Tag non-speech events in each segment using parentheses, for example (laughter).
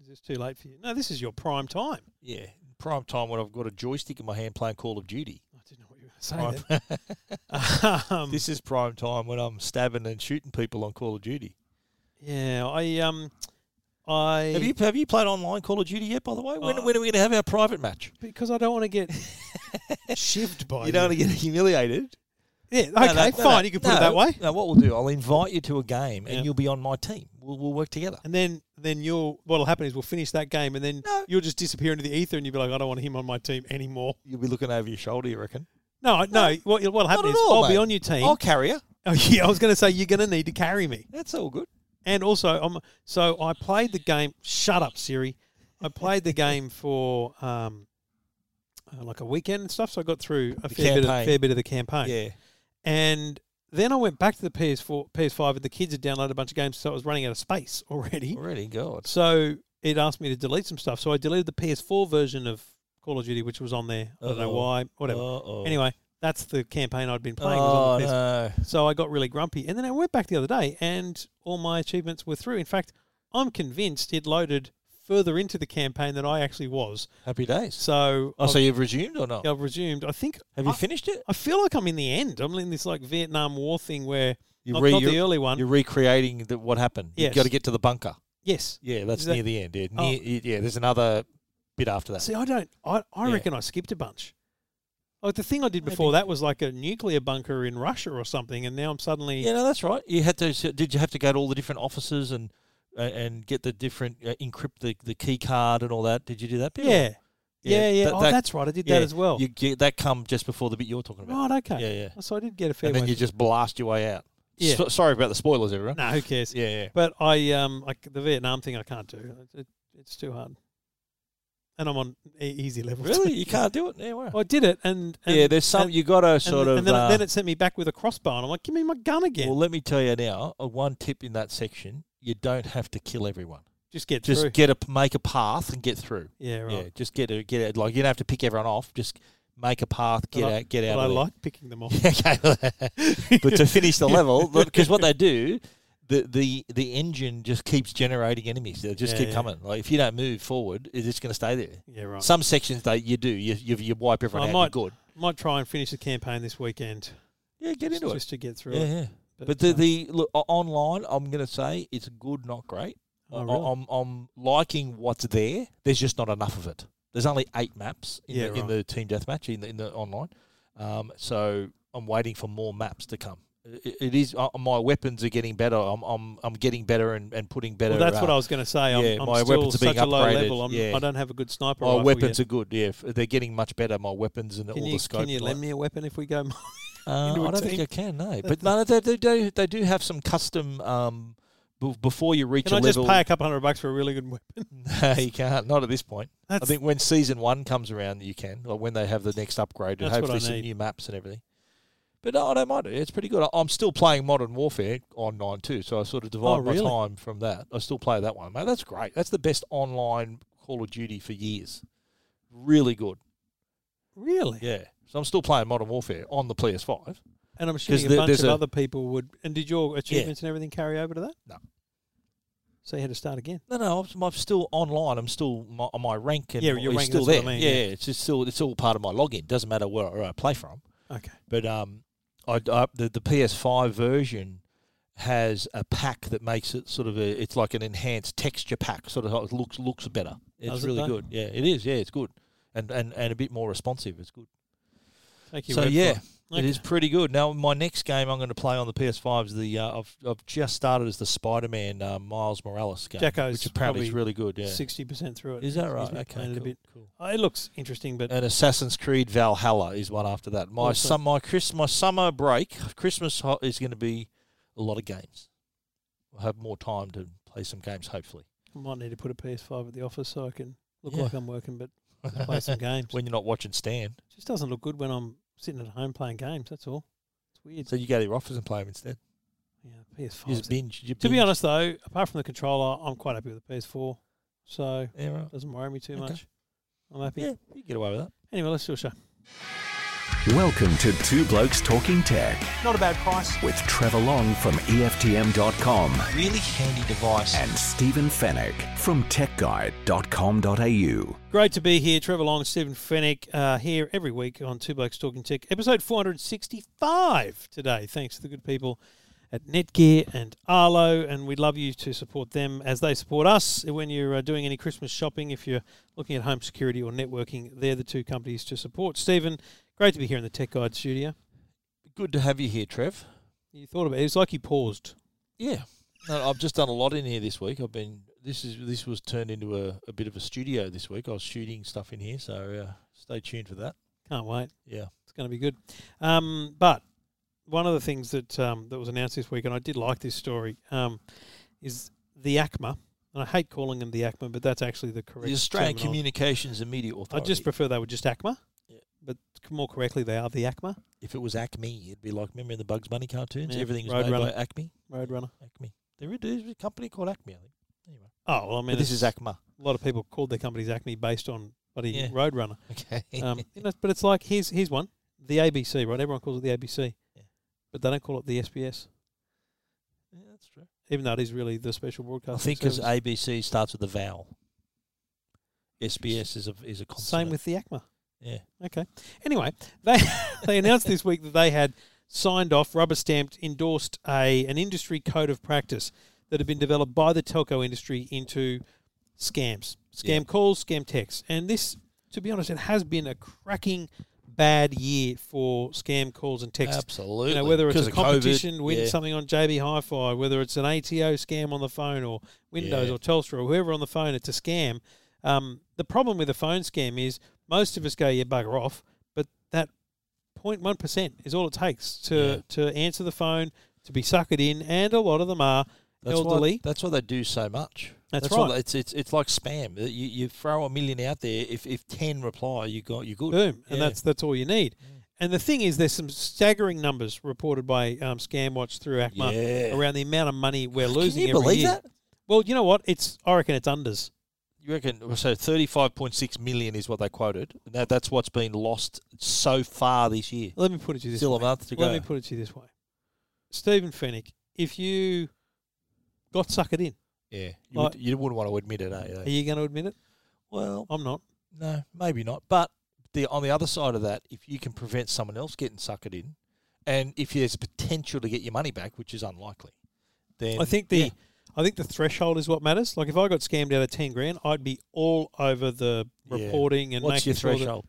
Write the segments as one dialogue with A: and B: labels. A: Is this too late for you? No, this is your prime time.
B: Yeah, prime time when I've got a joystick in my hand playing Call of Duty.
A: I didn't know what you were saying. then. (laughs) um,
B: (laughs) This is prime time when I'm stabbing and shooting people on Call of Duty.
A: yeah, I um, I
B: Have you have you played online Call of Duty yet? By the way, when,
A: Uh,
B: when are we going to have our private match?
A: because I don't want to (laughs) get shivved by
B: You don't want to get humiliated.
A: Yeah, okay,
B: No, no, no, no.
A: fine. You can put
B: No,
A: it that way.
B: No, what we'll do, I'll invite you to a game, and
A: Yeah.
B: you'll be on my team. We'll, we'll work together.
A: And then then you'll what'll happen is we'll finish that game and then
B: No.
A: you'll just disappear into the ether and you'll be like, I don't want him on my team anymore.
B: You'll be looking over your shoulder. You reckon?
A: No, I- no. What what'll happen
B: at
A: is
B: all,
A: I'll be
B: mate.
A: on your team.
B: I'll carry you.
A: (laughs) Oh, yeah, I was going to say you're going to need to carry me.
B: That's all good.
A: And also, um, so I played the game. Shut up, Siri. I played the
B: (laughs)
A: game for um, uh, like a weekend and stuff. So I got through a
B: The
A: fair bit, of,
B: campaign.
A: fair bit of the campaign.
B: Yeah.
A: And then I went back to the PS4, PS5, and the kids had downloaded a bunch of games, so it was running out of space (laughs) already.
B: Already, God.
A: So it asked me to delete some stuff. So I deleted the PS4 version of Call of Duty, which was on there. I don't know
B: Uh-oh.
A: why, whatever.
B: Uh-oh.
A: Anyway, that's the campaign I'd been playing. was
B: Oh
A: on the PS4.
B: no.
A: So I got really grumpy. And then I went back the other day and all my achievements were through. In fact, I'm convinced it loaded further into the campaign than I actually was.
B: Happy days.
A: So
B: Oh, so you've resumed or
A: (laughs)
B: not?
A: I've, I've resumed. I think
B: Have you
A: I,
B: finished it?
A: I feel like I'm in the end. I'm in this like Vietnam War thing where
B: You
A: not,
B: re-
A: not the
B: you're-
A: early one.
B: You're recreating the, what happened. You've
A: Yes.
B: got to get to the bunker.
A: Yes.
B: Yeah, that's
A: Is that-
B: near the end. Yeah,
A: Oh.
B: near, yeah. There's another bit after that.
A: See, I don't. I, I
B: Yeah.
A: reckon I skipped a bunch. Like the thing I did
B: Maybe.
A: before that was like a nuclear bunker in Russia or something, and now I'm suddenly
B: yeah, no, that's right. You had to. So did you have to go to all the different offices and uh, and get the different uh, encrypt the, the key card and all that? Did you do that? bit or-
A: yeah, yeah, yeah.
B: that-
A: oh,
B: that-
A: that's right. I did
B: yeah,
A: that as well.
B: You get that come just before the bit you're talking about.
A: right. Okay.
B: Yeah, yeah.
A: So I did get a fair.
B: And then
A: way
B: you
A: through.
B: just blast your way out.
A: Yeah.
B: So- sorry about the spoilers, everyone.
A: No, who cares?
B: Yeah, yeah.
A: But I um like the Vietnam thing I can't do. It, it, it's too hard. And I'm on e- easy level.
B: Really, you can't do it. Yeah, wow.
A: Well, (laughs) I did it, and, and
B: yeah. There's some
A: and-
B: you got to
A: and,
B: sort
A: th-
B: of.
A: and then,
B: uh,
A: then it sent me back with a crossbow, and I'm like, give me my gun again.
B: Well, let me tell you now. Uh, one tip in that section: you don't have to kill everyone.
A: just get
B: Just
A: through.
B: get a make a path and get through.
A: yeah, right.
B: Yeah, just get a, get it. Like you don't have to pick everyone off. Just make a path. Get
A: But I-
B: out. Get
A: But
B: out.
A: I
B: of there.
A: like picking them off. (laughs)
B: okay, (laughs) but to finish the level,
A: (laughs)
B: because what they do, the, the the engine just keeps generating enemies. They just
A: Yeah,
B: keep
A: yeah.
B: coming. Like if you don't move forward, it's just going to stay there.
A: yeah, right.
B: Some sections they you do you you, you wipe everyone
A: I
B: out.
A: might-
B: you're good.
A: Might try and finish the campaign this weekend.
B: Yeah, get
A: just,
B: into it.
A: just to get through
B: Yeah,
A: it.
B: yeah. But the
A: uh,
B: the look, o- online, I'm going to say it's good, not great.
A: Oh,
B: I-
A: really?
B: I'm I'm liking what's there. There's just not enough of it. There's only eight maps in,
A: Yeah,
B: the, in
A: right.
B: the team deathmatch in the, in the online. Um, so I'm waiting for more maps to come. It, it is uh, my weapons are getting better. I'm I'm, I'm getting better and, and putting better.
A: well, that's what
B: uh,
A: I was going to say. I'm,
B: yeah,
A: I'm
B: my
A: still
B: weapons are
A: such
B: being
A: a low
B: upgraded,
A: level. I'm,
B: yeah.
A: I don't have a good sniper.
B: my
A: rifle yet.
B: weapons are good. Yeah, F- they're getting much better. My weapons and
A: Can
B: all
A: you,
B: the scope.
A: can you
B: and all
A: lend
B: that.
A: me a weapon if we go?
B: Uh,
A: into a
B: I don't think
A: team.
B: I can.
A: (laughs)
B: No, but no, they, they do. They do have some custom. Um, b- before you reach
A: Can
B: a
A: I just
B: level,
A: pay a couple hundred bucks for a really good weapon?
B: (laughs) No, you can't. Not at this point.
A: That's,
B: I think when season one comes around, you can, or when they have the next upgrade and
A: That's what
B: hopefully
A: I
B: some
A: need.
B: new maps and everything. But no, I don't mind it. It's pretty good. I- I'm still playing Modern Warfare on nine too, so I sort of divide
A: Oh, really?
B: my time from that. I still play that one, mate. That's great. That's the best online Call of Duty for years. Really good.
A: really.
B: Yeah. So I'm still playing Modern Warfare on the PS5.
A: And I'm assuming a
B: there-
A: bunch
B: there's
A: of
B: a-
A: other people would. And did your achievements and everything carry over to that?
B: No.
A: So you had to start again.
B: No, no, I'm, I'm still online. I'm still my, my rank and
A: Yeah,
B: my-
A: your
B: is
A: rank,
B: still
A: that's
B: there.
A: what I mean,
B: yeah,
A: yeah.
B: it's just still it's all part of my login. Doesn't matter where, where I play from.
A: Okay.
B: But um, I, I the, the PS5 version has a pack that makes it sort of a, it's like an enhanced texture pack, sort of how it looks looks better. It's
A: How's it
B: really
A: done?
B: good. Yeah, it is. Yeah, it's good, and and, and a bit more responsive. It's good.
A: Thank you.
B: so
A: Web, for
B: yeah,
A: it.
B: it
A: Okay.
B: is pretty good. Now my next game I'm going to play on the PS5 is the uh, I've I've just started as the Spider-Man uh, Miles Morales game,
A: Jacko's
B: which apparently is
A: probably
B: really good. Yeah,
A: sixty percent through it.
B: is that
A: He's
B: right?
A: been
B: Okay,
A: playing it
B: cool,
A: a bit.
B: cool.
A: Uh, It looks interesting, but
B: And Assassin's Creed Valhalla is one after that. My
A: Awesome.
B: sum, my Chris, my summer break, Christmas ho- is going to be a lot of games. I'll have more time to play some games, hopefully.
A: I might need to put a PS5 at the office so I can look
B: Yeah.
A: like I'm working, but play
B: (laughs)
A: some games.
B: when you're not watching Stan,
A: just doesn't look good when I'm sitting at home playing games. That's all. It's weird.
B: so you go to your office and play them instead.
A: yeah, PS5.
B: You just binge. You
A: Oh, to be
B: binge.
A: honest, though, apart from the controller, I'm quite happy with the PS4, so it
B: yeah, right.
A: doesn't worry me too
B: Okay.
A: much. I'm happy.
B: yeah, you get away with that.
A: Anyway, let's do a show.
C: Welcome to Two Blokes Talking Tech
D: Not a bad price.
C: with Trevor Long from E EFTM.com
D: Really handy device.
C: and Stephen Fennec from TechGuide.com.au.
A: Great to be here. Trevor Long, Stephen Fennick uh, here every week on Two Blokes Talking Tech, episode 465 today. Thanks to the good people at Netgear and Arlo, and we'd love you to support them as they support us when you're uh, doing any Christmas shopping, if you're looking at home security or networking. They're the two companies to support. Stephen, great to be here in the Tech Guide studio.
B: Good to have you here, Trev.
A: You thought about it. It was like you paused.
B: Yeah, no, I've just done a lot in here this week. I've been this is this was turned into a, a bit of a studio this week. I was shooting stuff in here, so uh, stay tuned for that.
A: Can't wait.
B: Yeah,
A: It's going to be good. Um, but one of the things that um, that was announced this week, and I did like this story, um, is the ACMA. And I hate calling them the ACMA, but that's actually the correct.
B: the Australian
A: terminology.
B: Communications and Media
A: I
B: Authority.
A: just prefer they were just ACMA,
B: Yeah.
A: but more correctly, they are the ACMA
B: if it was Acme, it'd be like remember in the Bugs Bunny cartoons,
A: Yeah,
B: everything was
A: Road
B: made by
A: Runner.
B: Acme.
A: Roadrunner.
B: Acme. There is there's a company called Acme. I think. Anyway,
A: Oh well, I mean,
B: but this is
A: it's-
B: Acma.
A: a lot of people called their companies ACMA based on bloody
B: Yeah. (laughs)
A: Roadrunner.
B: Okay.
A: Um, you know, but it's like here's here's one, the ABC, right? Everyone calls it the ABC,
B: Yeah.
A: but they don't call it the SBS,
B: yeah, that's true.
A: even though it is really the special broadcast.
B: I think because ABC starts with a vowel. SBS is a is a consonant.
A: same with the ACMA.
B: yeah.
A: Okay. Anyway, they (laughs) they announced this week that they had signed off, rubber stamped, endorsed a an industry code of practice that had been developed by the telco industry into scams, scam
B: Yeah.
A: calls, scam texts, and this, to be honest, it has been a cracking bad year for scam calls and texts.
B: Absolutely.
A: You know, whether it's
B: 'Cause
A: a
B: of COVID,
A: competition, win
B: yeah.
A: something on JB Hi-Fi, whether it's an ATO scam on the phone or Windows
B: Yeah.
A: or Telstra or whoever on the phone, it's a scam. Um, the problem with a phone scam is most of us go, yeah, bugger off, but that 0.1% is all it takes to, to answer the phone, to be suckered in, and a lot of them are
B: That's
A: elderly.
B: Why, that's why they do so much.
A: That's
B: why
A: right.
B: they- it's it's it's like spam. You, you throw a million out there. If if ten reply, you got you good.
A: Boom, and
B: Yeah.
A: that's that's all you need. And the thing is, there's some staggering numbers reported by um, ScamWatch through ACMA
B: Yeah.
A: around the amount of money we're losing
B: Can you
A: every
B: believe
A: year.
B: that?
A: Well, you know what? It's I reckon it's unders.
B: You reckon well, so? Thirty-five point six million is what they quoted. That that's what's been lost so far this year.
A: Let me put it to you this
B: Still a
A: way.
B: month to
A: Let
B: go.
A: me put it to you this way. Stephen Fennick, if you got suckered in,
B: yeah, you,
A: Like-
B: would, you wouldn't want to admit it, eh?
A: are you going to admit it?
B: Well,
A: I'm not.
B: no, maybe not. But the on the other side of that, if you can prevent someone else getting suckered in, and if there's potential to get your money back, which is unlikely, then
A: I think the
B: yeah.
A: I think the threshold is what matters. Like if I got scammed out of ten grand, I'd be all over the
B: Yeah.
A: reporting and
B: what's
A: making
B: your
A: sure that-
B: threshold?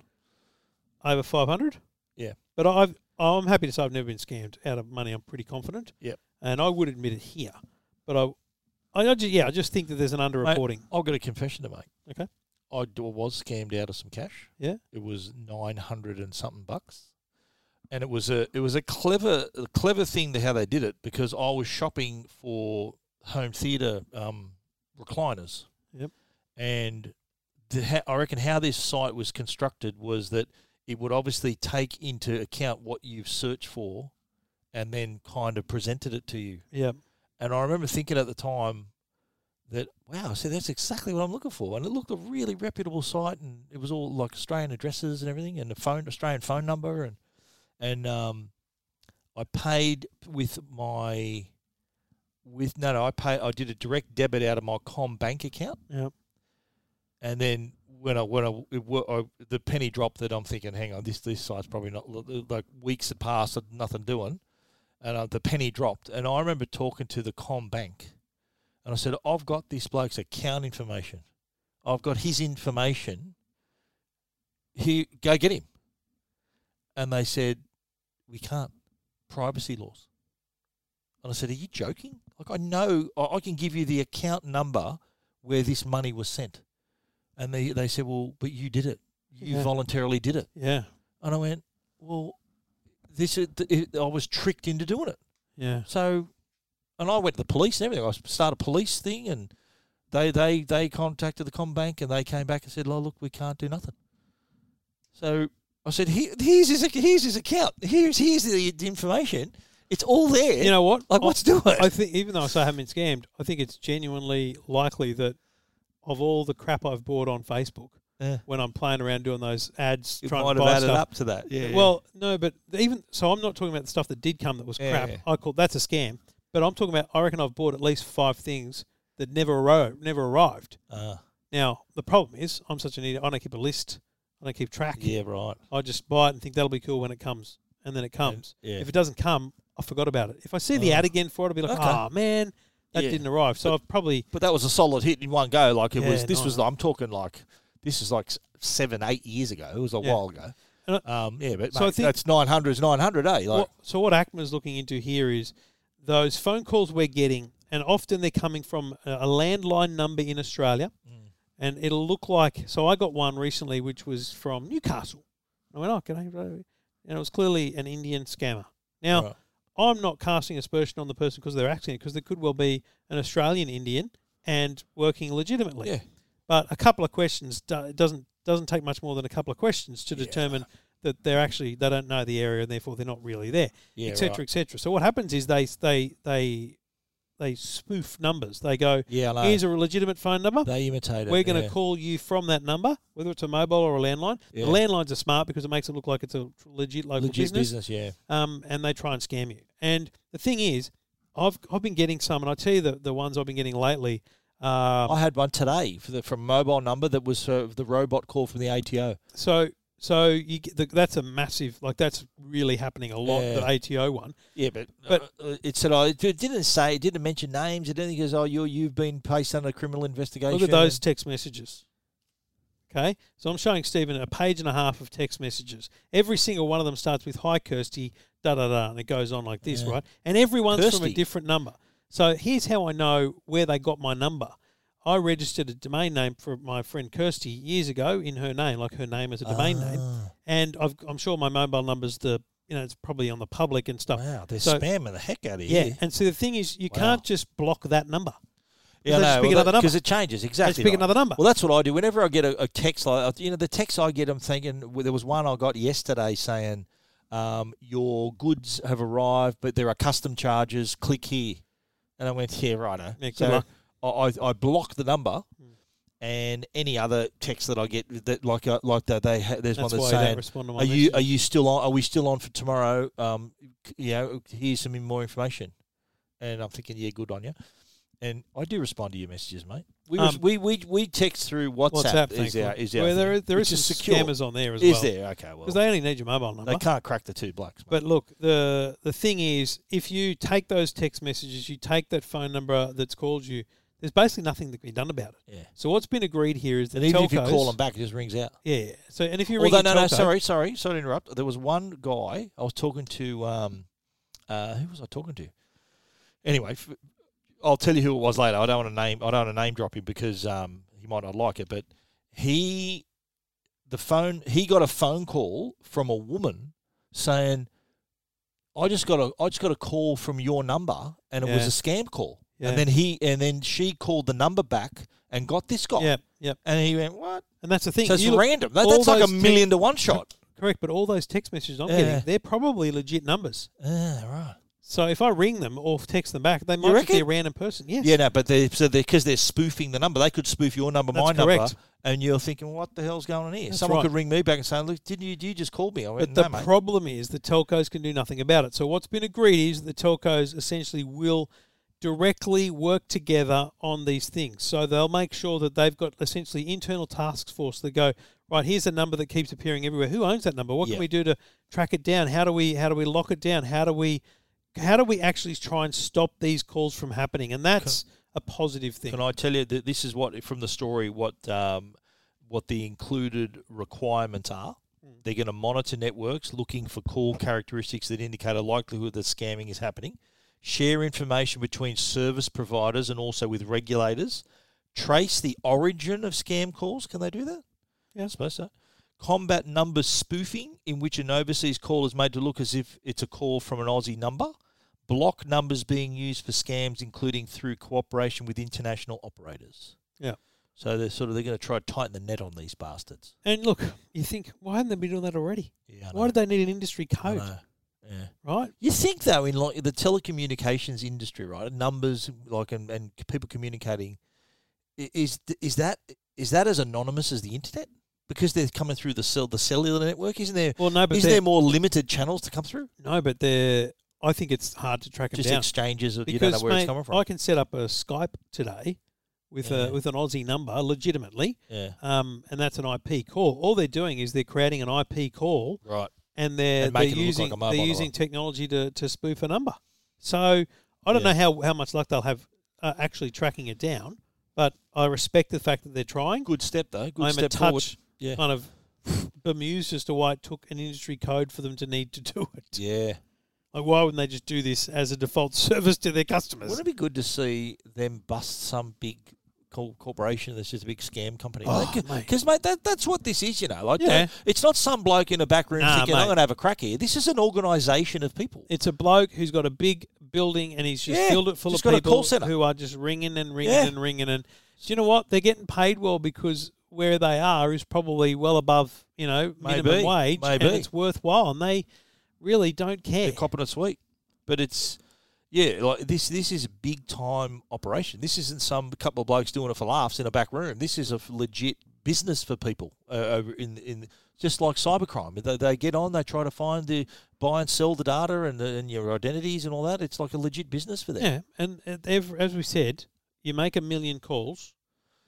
A: over five hundred.
B: Yeah.
A: but I've I'm happy to say I've never been scammed out of money. I'm pretty confident.
B: Yep.
A: and I would admit it here, but I. I, I just, yeah, I just think that there's an underreporting.
B: I've got a confession to make.
A: Okay.
B: I d- was scammed out of some cash.
A: Yeah.
B: It was nine hundred and something bucks, and it was a it was a clever a clever thing to how they did it because I was shopping for home theater um, recliners.
A: Yep.
B: And the, ha- I reckon how this site was constructed was that it would obviously take into account what you've searched for, and then kind of presented it to you.
A: Yeah,
B: And I remember thinking at the time that, wow, see, that's exactly what I'm looking for. And it looked a really reputable site, and it was all like Australian addresses and everything, and a phone Australian phone number, and and um, I paid with my with no no I pay I did a direct debit out of my Com bank account,
A: yeah.
B: and then when I when I, it, wa- I the penny dropped that I'm thinking, hang on, this this site's probably not like weeks had passed, nothing doing, and uh, the penny dropped, and I remember talking to the Com Bank, and I said, I've got this bloke's account information, I've got his information. Here, go get him. And they said, we can't, privacy laws. And I said, are you joking? Like I know I, I can give you the account number where this money was sent. And they, they said, Well, but you did it. You
A: Yeah.
B: voluntarily did it.
A: Yeah,
B: And I went, Well, this is, th- it, I was tricked into doing it.
A: yeah.
B: So, and I went to the police and everything. I started a police thing and they, they, they contacted the Combank and they came back and said, Oh, look, we can't do nothing. So I said, Here, Here's, his, here's his account. Here's, here's the, the information. It's all there.
A: You know what?
B: like,
A: I-
B: let's do (laughs) it.
A: I think, even though I say I haven't been scammed, I think it's genuinely likely that of all the crap I've bought on Facebook,
B: Yeah.
A: when I'm playing around doing those ads,
B: You
A: trying
B: might
A: to
B: have
A: buy
B: added
A: stuff.
B: up to that. Yeah. yeah.
A: Well, no, but even so, I'm not talking about the stuff that did come that was
B: Yeah,
A: crap.
B: yeah.
A: I call that's a scam. But I'm talking about. I reckon I've bought at least five things that never arrived. Never arrived.
B: Uh,
A: Now the problem is, I'm such an idiot. I don't keep a list. I don't keep track.
B: yeah. Right.
A: I just buy it and think that'll be cool when it comes, and then it comes.
B: yeah.
A: If it doesn't come, I forgot about it. If I see the
B: Oh.
A: ad again for it, I'll be like,
B: Okay.
A: ah man, that
B: Yeah.
A: didn't arrive. So I've probably
B: But that was a solid hit in one go. Like it was.
A: Yeah,
B: This was.
A: nice.
B: I'm talking like this is like s- seven, eight years ago. It was a
A: Yeah.
B: while ago.
A: And
B: Um, yeah, but
A: So
B: mate,
A: I think-
B: that's nine hundred is nine hundred, eh? Like
A: What- so what ACMA's looking into here is those phone calls we're getting, and often they're coming from a a landline number in Australia,
B: Mm.
A: and it'll look like. So I got one recently, which was from Newcastle. I went, "Oh, can I?" And it was clearly an Indian scammer. Now
B: Right.
A: I'm not casting aspersion on the person because of their accent, because there could well be an Australian Indian and working legitimately.
B: Yeah.
A: But a couple of questions do- it doesn't doesn't take much more than a couple of questions to determine that they're actually they don't know the area and therefore they're not really there,
B: Yeah,
A: etc.
B: right.
A: etc. So what happens is they they they they spoof numbers. They go,
B: Yeah, I know.
A: here's a legitimate phone number.
B: they imitated.
A: We're going to
B: uh, yeah.
A: call you from that number, whether it's a mobile or a landline.
B: Yeah.
A: The landlines are smart because it makes it look like it's a tr- legit local
B: legit business. Yeah,
A: um, and they try and scam you. And the thing is, I've I've been getting some, and I tell you the, the ones I've been getting lately. Um,
B: I had one today for the, from a mobile number that was uh, the robot call from the ATO.
A: so so you get the, that's a massive like that's really happening a lot.
B: Yeah.
A: The ATO one,
B: Yeah, but,
A: But-
B: uh, uh, it said oh, it didn't say it didn't mention names. It didn't goes oh you you've been placed under criminal investigation.
A: Look at those text messages. Okay, so I'm showing Stephen a page and a half of text messages. Every single one of them starts with "Hi Kirsty," da da da, and it goes on like this,
B: Yeah.
A: right? And everyone's from a
B: Kirsty.
A: different number. So here's how I know where they got my number. I registered a domain name for my friend Kirsty years ago in her name, like her name as a
B: Ah,
A: domain name, and I've, I'm sure my mobile number's the you know it's probably on the public and stuff.
B: Wow, they're
A: So-
B: spamming the heck out of you.
A: Yeah, and so the thing is, you
B: Wow.
A: can't just block that number.
B: Yeah,
A: They just
B: no,
A: pick
B: well,
A: another
B: that-
A: number.
B: it changes exactly.
A: pick another number.
B: Well, that's what I do. Whenever I get a, a text like uh, you know the text I get, I'm thinking well, there was one I got yesterday saying um, your goods have arrived, but there are custom charges. Click here, and I went yeah, righto.
A: Yeah, good
B: so
A: luck. Hmm.
B: I, I I block the number. And any other text that I get that like uh, like that they ha- there's
A: That's why
B: one that's
A: you don't
B: saying
A: respond to my
B: are you are
A: messages.
B: you still on are we still on for tomorrow um c- you know here's some more information and I'm thinking yeah good on you and I do respond to your messages, mate. We res-
A: Um,
B: we, we we text through WhatsApp.
A: WhatsApp,
B: is
A: thankfully.
B: our is our
A: Well, there
B: thing,
A: is- there
B: which
A: is some
B: secure.
A: scammers on there as
B: is
A: well.
B: there? Okay, well
A: because they only need your mobile number.
B: they can't crack the two blokes. Mate.
A: But look, the the thing is, if you take those text messages, you take that phone number that's called you. There's basically nothing that can be done about it.
B: Yeah.
A: So what's been agreed here is that
B: and even
A: telcos,
B: if you call them back, it just rings out.
A: yeah. yeah. So and if you ring
B: Although
A: your
B: no no
A: telco-
B: sorry sorry sorry to interrupt. There was one guy I was talking to. Um, uh, who was I talking to? Anyway, f- I'll tell you who it was later. I don't want to name. I don't want to name drop him because um, he might not like it. But he, the phone, he got a phone call from a woman saying, "I just got a, I just got a call from your number, and it was
A: Yeah.
B: a scam call."
A: Yeah.
B: And then he, and then she called the number back and got this guy.
A: yeah, yeah.
B: And he went, "What?"
A: And that's the thing.
B: So it's
A: you look-
B: random. That-
A: all
B: that's like a
A: those te- (laughs)
B: million to one shot.
A: correct, but all those text messages I'm
B: Yeah.
A: getting, they're probably legit numbers.
B: Yeah, right.
A: So if I ring them or text them back, they might just be
B: reckon?
A: a random person. Yes.
B: Yeah, no, but they so they because they're spoofing the number. They could spoof your number,
A: That's
B: my
A: correct.
B: number, and you're thinking, what the hell's going on here?
A: That's
B: Someone
A: right.
B: could ring me back and say, look, didn't you? You just called me. I went,
A: But
B: no,
A: the
B: mate.
A: problem is the telcos can do nothing about it. So what's been agreed is the telcos essentially will directly work together on these things. So they'll make sure that they've got essentially internal task force that go, right, here's a number that keeps appearing everywhere. Who owns that number? What
B: Yeah.
A: can we do to track it down? How do we how do we lock it down? How do we how do we actually try and stop these calls from happening? And that's a positive thing.
B: Can I tell you that this is what from the story what um, what the included requirements are?
A: Mm.
B: They're going to monitor networks looking for call characteristics that indicate a likelihood that scamming is happening, share information between service providers and also with regulators, trace the origin of scam calls. Can they do that?
A: Yeah.
B: I suppose so. Combat number spoofing, in which an overseas call is made to look as if it's a call from an Aussie number block numbers being used for scams, including through cooperation with international operators.
A: Yeah.
B: So they're sort of they're going to try to tighten the net on these bastards.
A: and look, you think, why haven't they been doing that already?
B: Yeah. I
A: Why
B: know.
A: did they need an industry
B: I
A: code?
B: know. Yeah.
A: Right?
B: You think though in like the telecommunications industry, right? Numbers like and, and people communicating i- is th- is that is that as anonymous as the internet? because they're coming through the cell, the cellular network, isn't there?
A: Well, no, but
B: isn't
A: they're-
B: there more limited channels to come through?
A: No, but they're. I think it's hard to track them
B: Just
A: down
B: exchanges, of,
A: because
B: you don't know where
A: mate,
B: it's coming from.
A: I can set up a Skype today with
B: Yeah.
A: a with an Aussie number legitimately,
B: yeah,
A: um, and that's an IP call. All they're doing is they're creating an IP call
B: right.
A: and they're
B: And
A: they're
B: making it look like
A: using
B: a mobile
A: they're
B: number.
A: using technology to, to spoof a number. So I don't
B: Yeah.
A: know how how much luck they'll have uh, actually tracking it down, but I respect the fact that they're trying.
B: Good step though. Good
A: I'm
B: step
A: a touch
B: forward. Yeah,
A: kind of (laughs) bemused as to why it took an industry code for them to need to do it.
B: yeah.
A: Like, why wouldn't they just do this as a default (laughs) service to their customers?
B: Wouldn't it be good to see them bust some big cor- corporation that's just a big scam company?
A: Oh,
B: Because,
A: mate.
B: mate, that, that's what this is, you know. Like,
A: Yeah.
B: that- it's not some bloke in a back room
A: Nah,
B: thinking,
A: mate.
B: I'm going to have a crack here. This is an organisation of people.
A: It's a bloke who's got a big building and he's just
B: Yeah,
A: filled it full
B: just
A: of
B: got a
A: people
B: call centre.
A: who are just ringing and ringing
B: Yeah.
A: and ringing. And do you know what? They're getting paid well because where they are is probably well above you know minimum
B: Maybe,
A: wage, and
B: maybe.
A: it's worthwhile, and they really don't care.
B: They're copping it sweet. But it's, yeah, like this This is a big time operation. This isn't some couple of blokes doing it for laughs in a back room. This is a f- legit business for people uh, over in, in just like cybercrime. They, they get on, they try to find the buy and sell the data and, the, and your identities and all that. It's like a legit business for them.
A: yeah, and uh, ev- as we said, you make a million calls,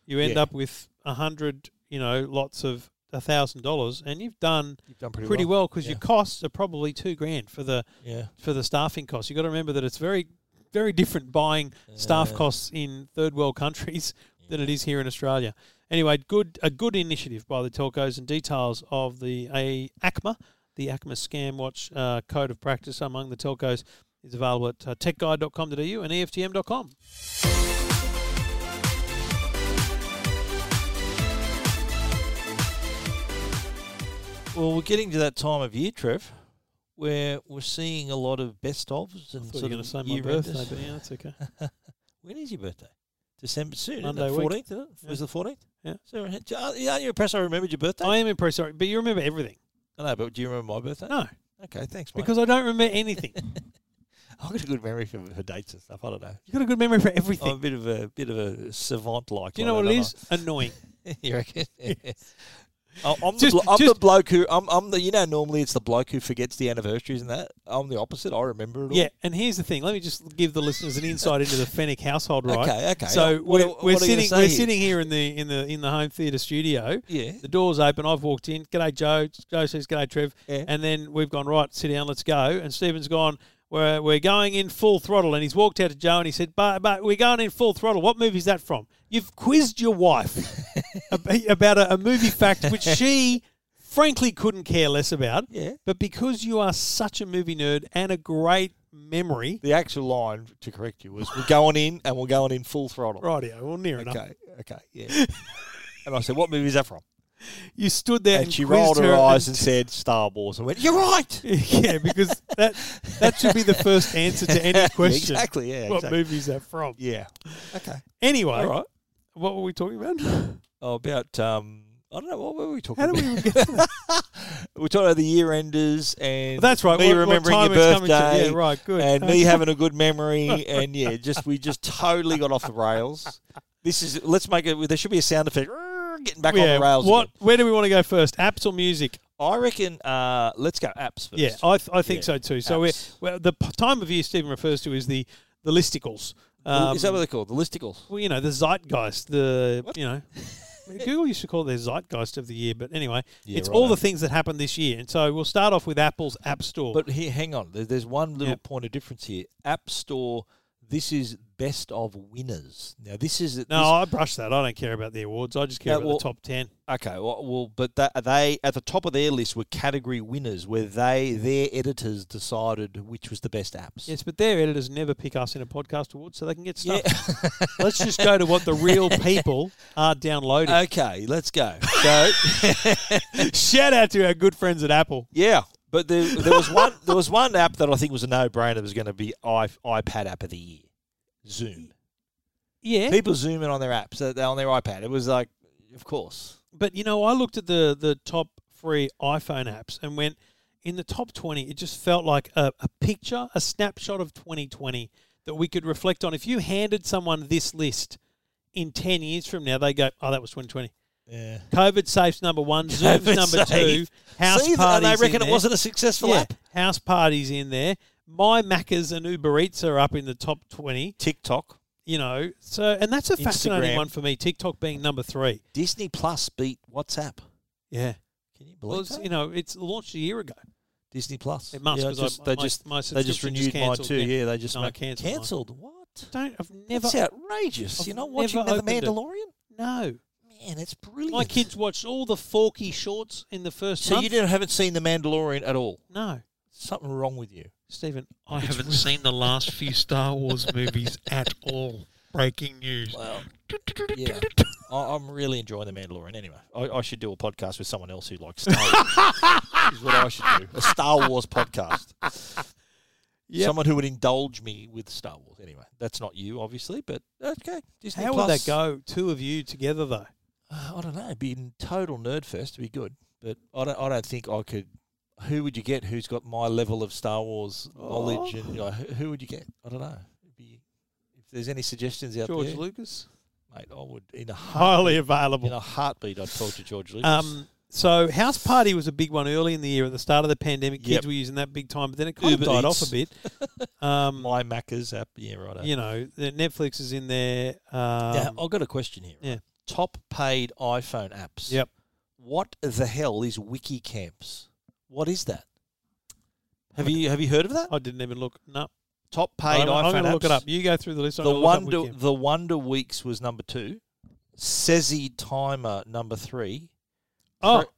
A: you end
B: Yeah.
A: up with a hundred, you know, lots of a thousand dollars, and you've done
B: You've done
A: pretty,
B: pretty, well.
A: well because
B: Yeah.
A: your costs are probably two grand for the
B: Yeah.
A: for the staffing costs. You've got to remember that it's very, very different buying staff
B: Yeah.
A: costs in third world countries (laughs) than it is here in Australia. Anyway, good a good initiative by the telcos and details of the a ACMA, the ACMA Scam Watch uh, Code of Practice among the telcos is available at uh, techguide.com.au and E EFTM.com.
B: Well, we're getting to that time of year, Trev, where we're seeing a lot of best ofs and
A: I thought you
B: sort
A: were going
B: of
A: to say my
B: year
A: birthday,
B: enders.
A: but yeah, that's
B: (laughs)
A: okay.
B: When is your birthday? December soon.
A: Monday week.
B: Fourteenth. It?
A: Yeah.
B: Was the fourteenth?
A: Yeah.
B: So, uh, aren't you aren't you impressed? I remembered your birthday.
A: I am impressed, sorry, but you remember everything.
B: I know, but do you remember my birthday?
A: No,
B: Okay, thanks, mate.
A: because I don't remember
B: (laughs)
A: anything.
B: I've got a good memory for, for dates and stuff. I don't know.
A: You've got a good memory for
B: I'm a
A: everything.
B: bit of a bit of a savant like.
A: Do you know what it is? Annoying.
B: (laughs)
A: (laughs)
B: you reckon? Oh, (laughs) I'm,
A: Just-
B: the blo- I'm
A: just-
B: the bloke who I'm, I'm the you know normally it's the bloke who forgets the anniversaries and that I'm the opposite. I remember it all.
A: Yeah, and here's the thing. Let me just give the listeners an insight into the Fennec household, right?
B: Okay, okay.
A: So
B: What
A: we're,
B: are- what
A: we're
B: are you
A: sitting
B: gonna
A: we're
B: say?
A: sitting here in the in the in the home theatre studio.
B: Yeah.
A: The door's open. I've walked in. G'day, Joe. Joe says, "G'day, Trev."
B: Yeah.
A: (laughs) And then we've gone right. Sit down. Let's go. And Stephen's gone. We're, we're going in full throttle. And he's walked out to Joe and he said, "But but we're going in full throttle. What movie's that from? You've quizzed your
B: (laughs)
A: wife ab- about a, a movie fact which she." Frankly, couldn't care less about.
B: Yeah.
A: But because you are such a movie nerd and a great memory,
B: (laughs) The actual line to correct you was we're going in and we're going in full throttle.
A: Rightio, well, near enough.
B: Okay, okay, yeah. and I said, "What movie is that from?"
A: You stood there
B: And,
A: and,
B: she
A: quizzed
B: rolled her eyes and
A: and-
B: said, "Star Wars." I went, "You're right."
A: (laughs) yeah, because that that should be the first answer to any question.
B: (laughs) exactly. Yeah.
A: What
B: exactly.
A: movie is that from?
B: Yeah. Okay.
A: Anyway,
B: All right.
A: what were we talking about?
B: Oh, about um, I don't know what were we talking
A: (laughs) How do
B: about.
A: we even
B: (laughs)
A: get? To that?
B: We're talking about the year enders and
A: That's right.
B: Me
A: what- what
B: remembering
A: time
B: your
A: it's coming
B: birthday.
A: to- Yeah, right. Good.
B: and me
A: Okay.
B: having a good memory, and yeah, just we just totally got off the rails. This is let's make it. There should be a sound effect. (laughs) "Rrrr," Getting back
A: yeah,
B: on the rails.
A: What?
B: again.
A: Where do we want to go first? Apps or music?
B: I reckon. Uh, let's go apps first.
A: Yeah, I, th- I think
B: Yeah,
A: so too. So we're,
B: apps.
A: well, the p- time of year Stephen refers to is the the listicles. Um,
B: Well, is that what they're called? The listicles.
A: well, you know, the zeitgeist, the you
B: (laughs)
A: know, Google used to call it their zeitgeist of the year, but anyway,
B: Yeah,
A: it's all
B: righto.
A: the things that happened this year. And so we'll start off with Apple's App Store.
B: But here, hang on. There- There's one little
A: Yeah.
B: point of difference here. App Store. This is best of winners. Now this is
A: no, I brush that. I don't care about the awards. I just care
B: Uh,
A: about
B: well-
A: the top ten.
B: this- okay. Well, well but that, they at the top of their list were category winners, where they their editors decided which was the best apps.
A: Yes, but their editors never pick us in a podcast award, so they can get
B: Yeah.
A: stuff. (laughs) Let's just go to what the
B: (laughs)
A: real people are downloading.
B: okay. Let's go. So. (laughs)
A: Shout out to our good friends at Apple.
B: Yeah, but there, there was one there was one app that I think was a no brainer was going to be i iPad app of the year, Zoom.
A: Yeah,
B: People zoom in on their apps uh, on their iPad. It was like, of course,
A: but you know, I looked at the the top free iPhone apps and went in the top twenty. It just felt like a, a picture, a snapshot of twenty twenty that we could reflect on. If you handed someone this list in ten years from now, they go, "Oh, that was twenty twenty.
B: Yeah.
A: COVID safe's number one.
B: (laughs)
A: Zoom's
B: COVID
A: number
B: safe.
A: two. House
B: See, and
A: parties.
B: they
A: in
B: reckon it
A: there.
B: wasn't a successful app.
A: House parties in there. My Maccas and Uber Eats are up in the top twenty.
B: TikTok.
A: You know, so and that's a fascinating
B: Instagram.
A: one for me. TikTok being number three.
B: Disney Plus beat WhatsApp.
A: Yeah,
B: Can you
A: well,
B: believe
A: it's,
B: that?
A: you know, it's launched a year ago.
B: Disney Plus.
A: It must
B: Yeah,
A: 'cause I-
B: just- they
A: my-
B: just
A: my
B: they just
A: subscription just
B: renewed mine
A: cancelled,
B: too.
A: yeah.
B: Yeah, they just
A: No, I
B: made-
A: cancelled mine.
B: cancelled. What?
A: Don't I've never.
B: That's outrageous.
A: I've
B: You're not watching
A: never
B: The
A: opened it.
B: Mandalorian?
A: No,
B: Man, it's brilliant.
A: my kids watched all the Forky shorts in the first.
B: So
A: month.
B: you didn't, haven't seen The Mandalorian at all?
A: No,
B: Something wrong with you.
A: Stephen, I
E: I
A: haven't.
E: haven't seen the last few Star Wars
A: (laughs)
E: movies at all. Breaking news.
B: Well, (laughs) yeah. I, I'm really enjoying The Mandalorian. Anyway, I, I should do a podcast with someone else who likes Star Wars. (laughs) is what I should do. A Star Wars podcast.
A: Yep.
B: Someone who would indulge me with Star Wars. Anyway, that's not you, obviously, but okay. Disney
A: How would
B: Plus.
A: that go? Two of you together though.
B: Uh, I don't know. It'd be in total nerd fest. It'd be good, but I don't. I don't think I could. Who would you get? Who's got my level of Star Wars knowledge? And you know, who, who would you get? I don't know. It'd be, if there's any suggestions out
A: George
B: there,
A: Lucas,
B: mate, I would in a
A: highly
B: heartbeat, in
A: available.
B: a heartbeat. I'd talk to George Lucas.
A: Um, so house party was a big one early in the year at the start of the pandemic. Kids
B: Yep.
A: were using that big time, but then it kind of
B: Uber
A: died
B: Eats.
A: off a bit.
B: (laughs)
A: Um,
B: my Macca's app. Yeah, right.
A: you know, the Netflix is in there. eh? Um,
B: now, I've got a question here.
A: yeah.
B: Top paid iPhone apps.
A: Yep.
B: What the hell is WikiCamps? What is that? Have you have you heard of that?
A: I didn't even look. No,
B: Top paid
A: I'm,
B: iPhone
A: I'm going to look it
B: apps.
A: up. You go through the list. I'm
B: the
A: gonna look up
B: Wonder
A: Wiki.
B: the Wonder Weeks was number two. Sezi Timer number three.
A: Oh,
B: Pro-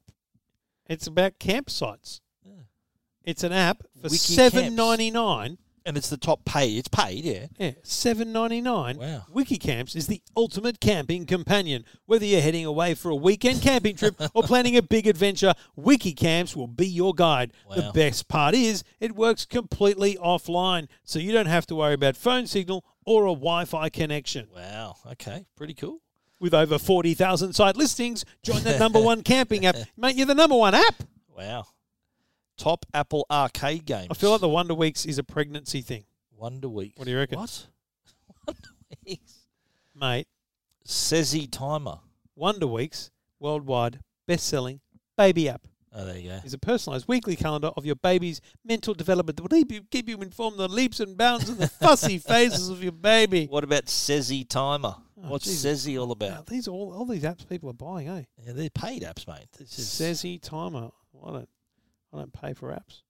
A: it's about campsites.
B: Yeah.
A: It's an app for
B: Wiki
A: seven ninety nine.
B: and it's the top paid. It's paid, yeah.
A: Yeah, seven ninety nine.
B: Wow.
A: WikiCamps is the ultimate camping companion. Whether you're heading away for a weekend camping
B: (laughs)
A: trip or planning a big adventure, WikiCamps will be your guide. The
B: Wow.
A: best part is it works completely offline, so you don't have to worry about phone signal or a Wi-Fi connection.
B: Wow. Okay. Pretty cool.
A: With over forty thousand site listings, join the number
B: (laughs)
A: one camping app. Mate, you're the number one app.
B: Wow. Top Apple arcade games.
A: I feel like the Wonder Weeks is a pregnancy thing,
B: Wonder Weeks.
A: What do you reckon?
B: What? Wonder Weeks.
A: mate.
B: Sezi Timer.
A: Wonder Weeks, worldwide best-selling baby app.
B: Oh, there you go.
A: is a personalised weekly calendar of your baby's mental development that will keep you, keep you informed of the leaps and bounds and the fussy (laughs) phases of your baby.
B: What about Sezi Timer?
A: Oh,
B: What's
A: Jesus.
B: Sezi all
A: Wow,
B: about?
A: these are all all these apps people are buying, eh?
B: Yeah, they're paid apps, mate. This is
A: Sezzy timer. I don't I don't pay for apps.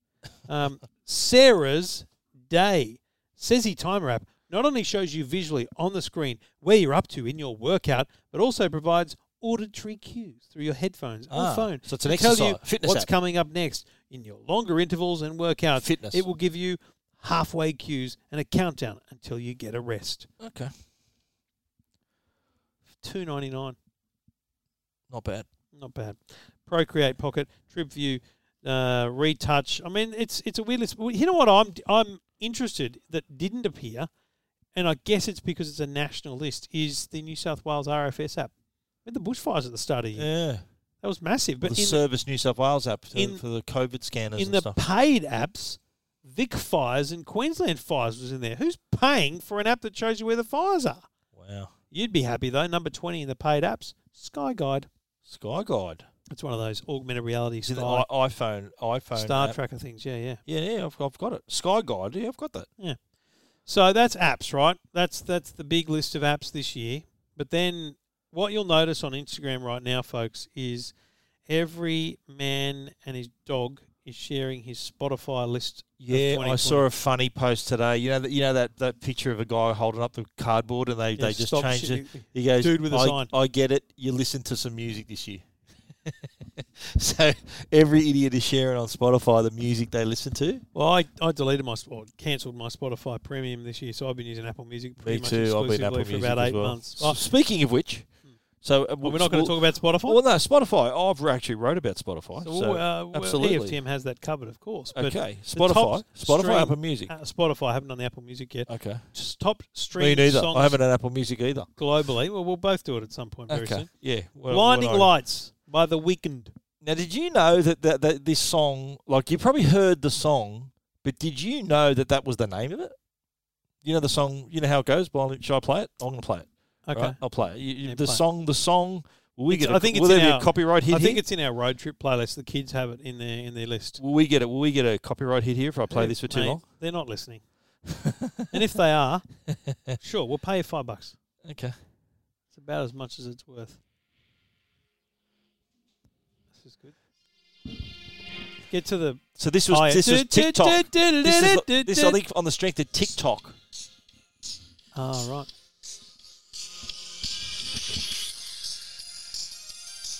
B: (laughs)
A: Um, Sarah's Day Sezzy timer app not only shows you visually on the screen where you're up to in your workout, but also provides auditory cues through your headphones or
B: Ah,
A: phone.
B: so it's an
A: to tell you
B: exercise- fitness
A: what's
B: app.
A: coming up next in your longer intervals and workouts.
B: Fitness.
A: It will give you halfway cues and a countdown until you get a rest.
B: Okay.
A: Two ninety nine.
B: Not bad.
A: Not bad. Procreate Pocket, TripView, uh, Retouch. I mean, it's it's a weird list. Well, You know what? I'm I'm interested that didn't appear, and I guess it's because it's a national list. Is the New South Wales RFS app? We had the bushfires at the start of the year.
B: Yeah.
A: That was massive. But
B: the
A: in,
B: Service New South Wales app to,
A: in-
B: for the COVID scanners
A: in
B: and
A: the
B: stuff.
A: paid apps, Vic Fires and Queensland Fires was in there. Who's paying for an app that shows you where the fires are?
B: Wow.
A: You'd be happy though. Number twenty in the paid apps, Sky Guide.
B: Sky Guide.
A: It's one of those augmented reality
B: Is it the
A: Sky,
B: i- iPhone? iPhone.
A: Star
B: app?
A: Tracker things. Yeah, yeah.
B: Yeah, yeah, I've, I've got it. Sky Guide. Yeah, I've got that.
A: So that's apps, right? That's that's the big list of apps this year. But then what you'll notice on Instagram right now, folks, is every man and his dog is sharing his Spotify list. of
B: Yeah,
A: 2020.
B: I saw a funny post today. You know that you know that, that picture of a guy holding up the cardboard and they,
A: Yeah,
B: they just
A: stop
B: changed
A: shit.
B: it. He goes,
A: Dude with a
B: I,
A: sign."
B: I get it. You listen to some music this year. (laughs) so every idiot is sharing on Spotify the music they listen to.
A: Well, I, I deleted my Sp- or cancelled my Spotify Premium this year, so I've been using Apple Music pretty much exclusively for about eight months.
B: S- Speaking of which, so uh,
A: Oh, we're not going to talk about Spotify.
B: Well, no, Spotify. I've actually wrote about Spotify.
A: So,
B: So,
A: uh, well,
B: absolutely.
A: EFTM has that covered, of course. But
B: okay,
A: the
B: Spotify,
A: top
B: Spotify,
A: stream-
B: Apple Music.
A: uh, Spotify. I haven't done the Apple Music yet.
B: okay,
A: Just top
B: me
A: stream
B: neither.
A: songs
B: I haven't had Apple Music either.
A: globally. Well, we'll both do it at some point very
B: Okay,
A: soon.
B: yeah. well,
A: Blinding
B: when I-
A: Lights by The Weeknd.
B: Now, did you know that, that that this song, like you probably heard the song, but did you know that that was the name of it? You know the song. You know how it goes. Blinding, should I play it? I'm going to play it.
A: Okay.
B: right? I'll play it. You, you-
A: Yeah,
B: the
A: play it.
B: song. The song Will we
A: It's-
B: get? A,
A: I think
B: will
A: it's in
B: there be
A: our-
B: a copyright hit
A: I
B: here?
A: think it's in our road trip playlist. The kids have it in their in their list.
B: will we get it? Will we get a copyright hit here if I play this for too
A: Mate, (laughs)
B: long? (laughs)
A: They're not listening. and if they are, sure, we'll pay you five bucks.
B: Okay.
A: It's about as much as it's worth. This is good. Get to the.
B: So this was
A: Oh, yeah.
B: this
A: (laughs)
B: was TikTok. This is
A: Du-
B: this I think on the strength of TikTok.
A: Oh, right.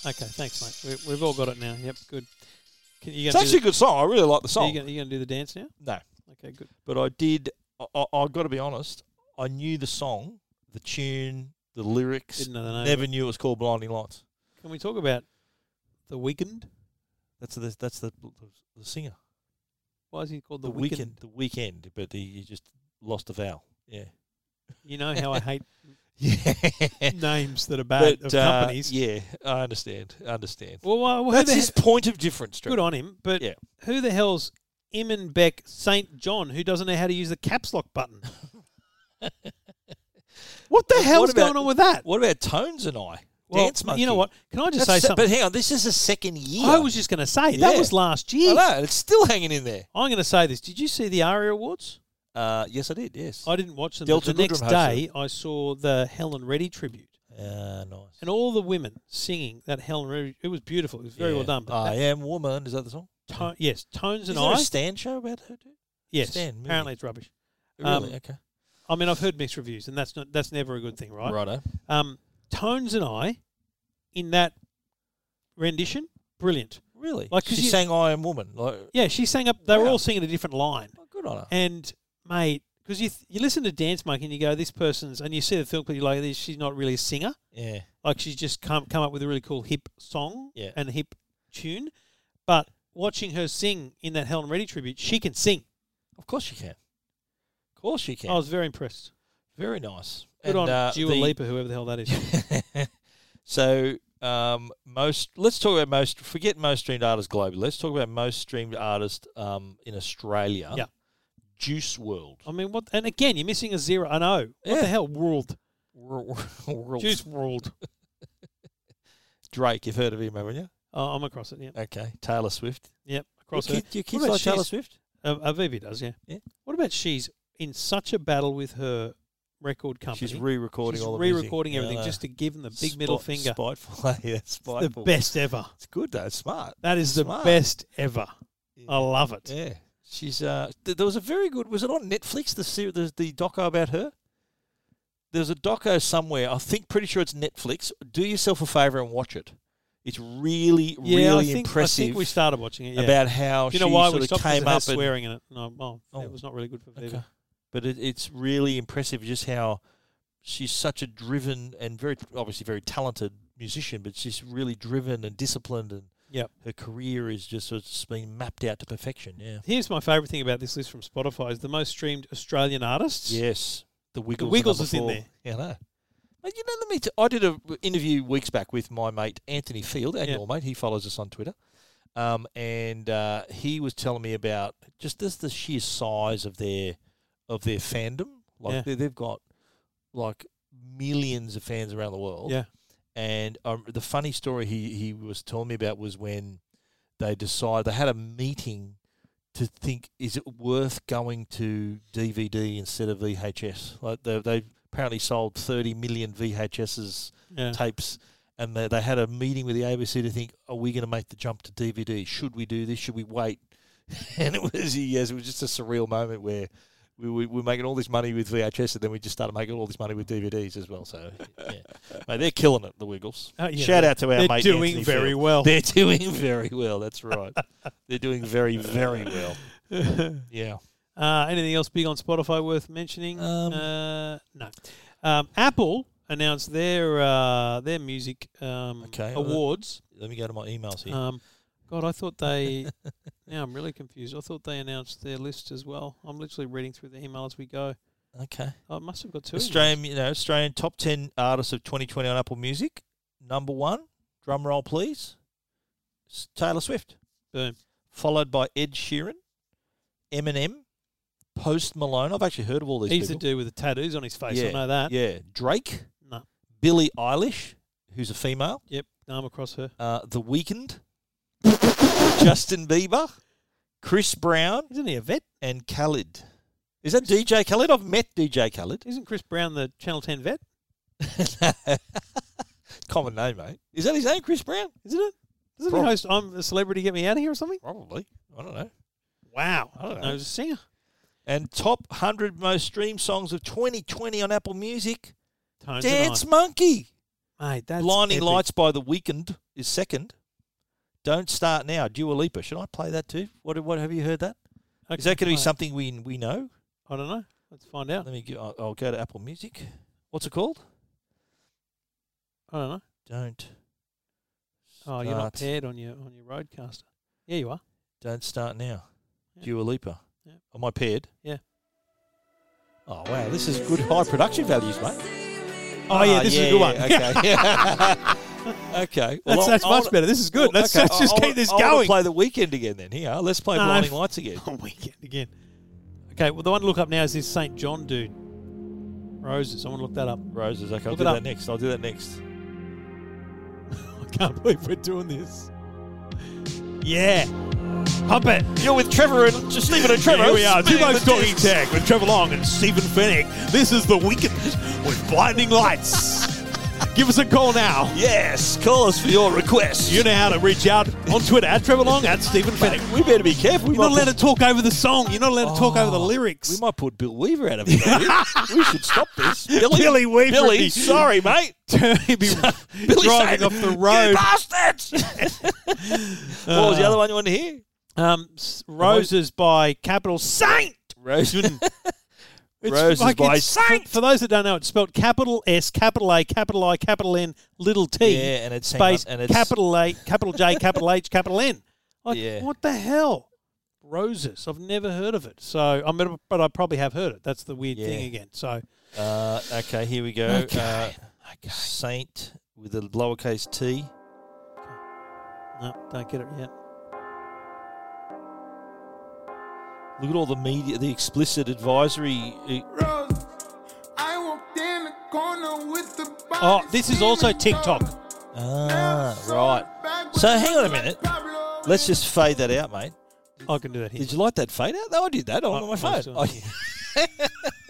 A: Okay, thanks, mate. We, we've all got it now. Yep, good. Can, you
B: It's
A: gonna
B: actually a
A: do
B: good song. I really like the
A: the, are you
B: song.
A: gonna- you going to do the dance now?
B: No,
A: Okay, good.
B: but I did. I, I, I've got to be honest. I knew the song, the tune, the lyrics.
A: Didn't know the name.
B: Never knew it was called Blinding Lights.
A: Can we talk about the weekend?
B: That's the that's the the singer.
A: Why is he called the,
B: The,
A: weekend?
B: weekend. The weekend, but he, he just lost a vowel. Yeah.
A: You know
B: (laughs)
A: how I hate
B: Yeah.
A: names that are bad
B: but
A: of
B: uh,
A: companies.
B: yeah, I understand. I understand.
A: Well, why- who
B: That's
A: the
B: his
A: he-
B: point of difference. Trevor.
A: good on him, but
B: Yeah.
A: who the hell's Immenbeck St. John who doesn't know how to use the caps lock
B: (laughs)
A: button? what the
B: What
A: hell's
B: about-
A: going on with that?
B: What about Tones and I?
A: Well,
B: Dance monkey.
A: you know what? Can I just
B: That's
A: say
B: se-
A: something?
B: But hang on, this is the second year.
A: I was just going to say that
B: Yeah.
A: was last
B: I
A: year.
B: know, and it's still hanging in there.
A: I'm going to say this. Did you see the ARIA Awards?
B: Uh, yes, I did. Yes.
A: I didn't watch them. but
B: Delta
A: the next
B: Goodrem hosted
A: day, I saw the Helen Reddy tribute.
B: Ah, nice.
A: and all the women singing that Helen Reddy. It was beautiful. It was very well
B: Yeah.
A: done. But
B: I
A: that
B: am woman. Is that the song?
A: to- yes, tones
B: Is
A: and
B: there a
A: I.
B: stand show about her? Too?
A: Yes,
B: stand movie?
A: apparently it's rubbish.
B: Really?
A: Um,
B: okay.
A: I mean, I've heard mixed reviews, and that's not that's never a good thing, right?
B: Righto.
A: Um, tones and I, in that rendition, brilliant.
B: Really?
A: Like, 'cause
B: she
A: you-
B: sang "I Am Woman." Like,
A: Yeah, she sang up. They were
B: Wow.
A: all singing a different line,
B: oh, good on her.
A: and mate, because you th- you listen to Dance Monkey and you go, this person's, and you see the film, but you're like, "This- she's not really a singer.
B: Yeah.
A: Like she's just come come up with a really cool hip song
B: Yeah.
A: and hip tune, but watching her sing in that Helen Reddy tribute, she can sing.
B: Of course you can. Of course you can.
A: I was very impressed.
B: Very nice.
A: Oh, Good
B: and,
A: on
B: uh,
A: Dua
B: the-
A: Lipa, whoever the hell that is.
B: so um, most let's talk about most forget most streamed artists globally. Let's talk about most streamed artists um, in Australia.
A: Yeah.
B: Juice World.
A: I mean, what? And again, you're missing a zero. I know. What the
B: Yeah.
A: hell? (laughs) World.
B: World.
A: Juice World.
B: Drake, you've heard of him, haven't you?
A: Oh, I'm across it. Yep.
B: Okay. Taylor Swift.
A: Yep.
B: Your,
A: Across it.
B: kid, your
A: What
B: kids
A: about
B: like Taylor
A: she's-
B: Swift?
A: Uh, Aviva does, yeah.
B: Yeah.
A: What about she's in such a battle with her record company?
B: She's re-recording
A: She's
B: all the music.
A: re-recording
B: Yeah,
A: everything
B: I know.
A: just to give them the big middle
B: Spot-
A: finger.
B: Spiteful. (laughs) yeah,
A: The
B: spiteful.
A: best ever.
B: It's good though. It's smart.
A: That is the
B: Smart.
A: best ever.
B: Yeah.
A: I love it.
B: Yeah. She's uh th- there was a very good was it on Netflix the ser- the, the doco about her? There's a doco somewhere. I think pretty sure it's Netflix. Do yourself a favor and watch it. It's really
A: Yeah,
B: really
A: I think,
B: impressive
A: I think we started watching it. Yeah.
B: about how
A: Do you
B: she
A: know why
B: sort
A: we
B: of
A: stopped? 'Cause
B: came
A: it has
B: up and
A: swearing in it. No, oh,
B: Oh.
A: it was not really good for Aviva.
B: Okay. But it, it's really impressive just how she's such a driven and very obviously very talented musician, but she's really driven and disciplined and
A: Yep.
B: her career is just it's been mapped out to perfection. Yeah.
A: Here's my favourite thing about this list from Spotify is the most streamed Australian artists.
B: Yes, the Wiggles. are
A: Wiggles
B: number
A: is in
B: four.
A: there.
B: Yeah, I know. Mate, you know, let me. T- I did a w- interview weeks back with my mate Anthony Field, and
A: Yeah.
B: your mate. He follows us on Twitter, um, and uh, he was telling me about just this the sheer size of their of their fandom. Like
A: Yeah.
B: they, they've got like millions of fans around the world.
A: Yeah.
B: And um, the funny story he, he was telling me about was when they decided they had a meeting to think is it worth going to DVD instead of VHS? Like they they apparently sold thirty million VHSs
A: Yeah.
B: tapes, and they, they had a meeting with the ABC to think are we going to make the jump to DVD? Should we do this? Should we wait? (laughs) And it was yes, it was just a surreal moment where. We, we, we're making all this money with VHS, and then we just started making all this money with DVDs as well. So,
A: (laughs)
B: yeah. Mate, they're killing it, the Wiggles.
A: Oh, yeah,
B: Shout
A: they're-
B: out to our
A: They're
B: mate.
A: doing
B: Anthony
A: very
B: Field.
A: well.
B: They're
A: (laughs)
B: doing (laughs) very well. That's right. They're doing very, very well. Yeah.
A: Uh, anything else big on Spotify worth mentioning?
B: Um,
A: uh, no. Um, Apple announced their uh, their music um,
B: Okay, well,
A: awards.
B: Let me go to my emails here.
A: Um, God, I thought
B: (laughs)
A: they. now I'm really confused. I thought they announced their list as well. I'm literally reading through the email as we go.
B: okay.
A: Oh, I must have got two. of them.
B: Australian, you know, Australian top 10 artists of 2020 on Apple Music. Number one, drum roll please, S- Taylor Swift.
A: Boom.
B: Followed by Ed Sheeran, Eminem, Post Malone. I've actually heard of all these
A: He's the
B: people.
A: dude with the tattoos on his face.
B: yeah,
A: I know that.
B: Yeah. Drake,
A: No.
B: Billie Eilish, who's a female.
A: Yep, arm across her.
B: Uh, the Weekend, (laughs) Justin Bieber, Chris Brown,
A: Isn't he a vet?
B: and Khalid. Is that DJ Khalid? I've met DJ Khalid.
A: Isn't Chris Brown the Channel 10 vet?
B: (laughs) Common name, mate. Is that his name, Chris Brown?
A: Isn't it? Doesn't
B: Prob-
A: he host I'm a Celebrity, Get Me Out of Here or something?
B: Probably. I don't know.
A: Wow.
B: I don't know.
A: No, he's a singer.
B: And top 100 most streamed songs of 2020 on Apple Music.
A: Tones and
B: Dance Monkey.
A: I. Mate, that's
B: Blinding
A: epic.
B: Lights by The Weekend is second. Don't Start Now, Dua Lipa. Should I play that too? What, what Have you heard that? Is
A: Okay,
B: that going to be
A: fine.
B: something we we know?
A: I don't know. Let's find out.
B: Let me. Get, I'll, I'll go to Apple Music. What's it called?
A: I don't know.
B: Don't.
A: Oh, you're not
B: Start.
A: paired on your on your roadcaster. Yeah, you are.
B: Don't start now.
A: Yeah.
B: Dua Lipa.
A: Yeah.
B: Am I paired?
A: Yeah.
B: Oh wow, this is good high production values, mate.
A: Oh,
B: Ah,
A: yeah, this is a good one. (laughs)
B: yeah, Okay. (laughs) okay.
A: That's,
B: Well,
A: that's
B: I- I
A: much
B: wanna-
A: better. This is good.
B: well,
A: let's,
B: okay,
A: let's (laughs)
B: I-
A: just
B: I
A: keep
B: wanna-
A: this
B: I wanna
A: going. (laughs) Uh,
B: Play the weekend again, then. Here, let's play
A: No,
B: Blinding
A: f-
B: Lights again.
A: on weekend again. Okay, well, the one to look up now is this St. John dude. Roses. I want to look that up. (laughs)
B: Roses. Okay, I'll
A: Look
B: do
A: it
B: that
A: up.
B: next. I'll do that next.
A: I can't believe we're doing this. Yeah. Pump it.
B: You're with Trevor and just leave it at Trevor.
A: Here we are. Two
B: Spinning
A: Blokes
B: the
A: Talking
B: discs.
A: Tech with Trevor Long and Stephen Finnick. This is The Weekend with Blinding
B: (laughs)
A: Lights. Give us a call now.
B: Yes, call us for your requests.
A: You know how to reach out on Twitter at Trevor Long, at Stephen Finnick.
B: we better be careful. We
A: You're not
B: might
A: allowed to talk over the song. You're not allowed to talk over the
B: Oh, We
A: lyrics.
B: might put Bill Weaver out of it.
A: (laughs)
B: don't we? we should stop this. Billy,
A: Billy Weaver.
B: Billy, sorry,
A: (laughs)
B: mate.
A: He'd be
B: (laughs) Billy
A: driving
B: Satan,
A: off the road. (laughs)
B: You bastards. what was the other one you wanted to hear?
A: Um, s- Roses by Capital Saint.
B: Rose. (laughs)
A: It's
B: Roses by
A: it's- for-
B: Saint.
A: For those that don't know, it's spelled capital S, capital A, capital I, capital N, little t.
B: Yeah, and it's- hang
A: space,
B: on, and it's-
A: capital A, capital
B: (laughs)
A: J, capital H, capital N. Like,
B: Yeah.
A: what the hell? Roses. I've never heard of it. So I mean, but I probably have heard it. That's the weird thing
B: Yeah.
A: again. So
B: Uh, okay, here we go. Uh,
A: Okay.
B: Saint with a lowercase t.
A: no, don't get it yet.
B: Look at all the media, the explicit advisory.
F: Rose, I walked in the corner with the
A: Oh, this is also TikTok.
B: Ah, right. So hang on a minute. Let's just fade that out, mate.
A: I can do that here.
B: Did you like that fade out? No, I did that on
A: Oh,
B: my
A: I was
B: phone.
A: doing it.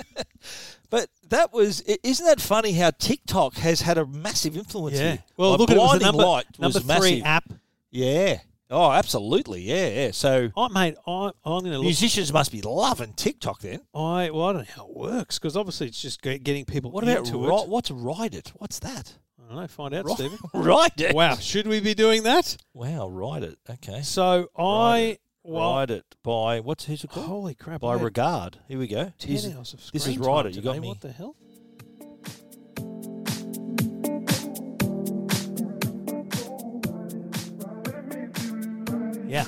B: I- (laughs) but that was, i- isn't that funny how TikTok has had a massive influence
A: yeah.
B: here?
A: Well,
B: Like,
A: look at it. it was the
B: Blinding
A: number,
B: Light
A: number
B: was
A: three
B: massive.
A: app.
B: Yeah. Oh, absolutely. Yeah, yeah. So
A: Oh, mate, I, I'm going to look.
B: musicians must be loving TikTok then.
A: I well, I don't know how it works because obviously it's just ge- getting people
B: What about
A: into
B: ri-
A: it.
B: what's Ride It? What's that?
A: I don't know. Find out,
B: Ri- (laughs)
A: Stephen.
B: Ride It.
A: Wow, should we be doing that?
B: Wow, Ride It. Okay.
A: So I
B: Right.
A: well,
B: Ride It by, what's who's it called?
A: holy crap!
B: by
A: I had
B: Regard. Here we go.
A: ten
B: Here's-
A: hours of screen
B: this is
A: time
B: Ride It. You got
A: today.
B: me.
A: What the hell? Yeah,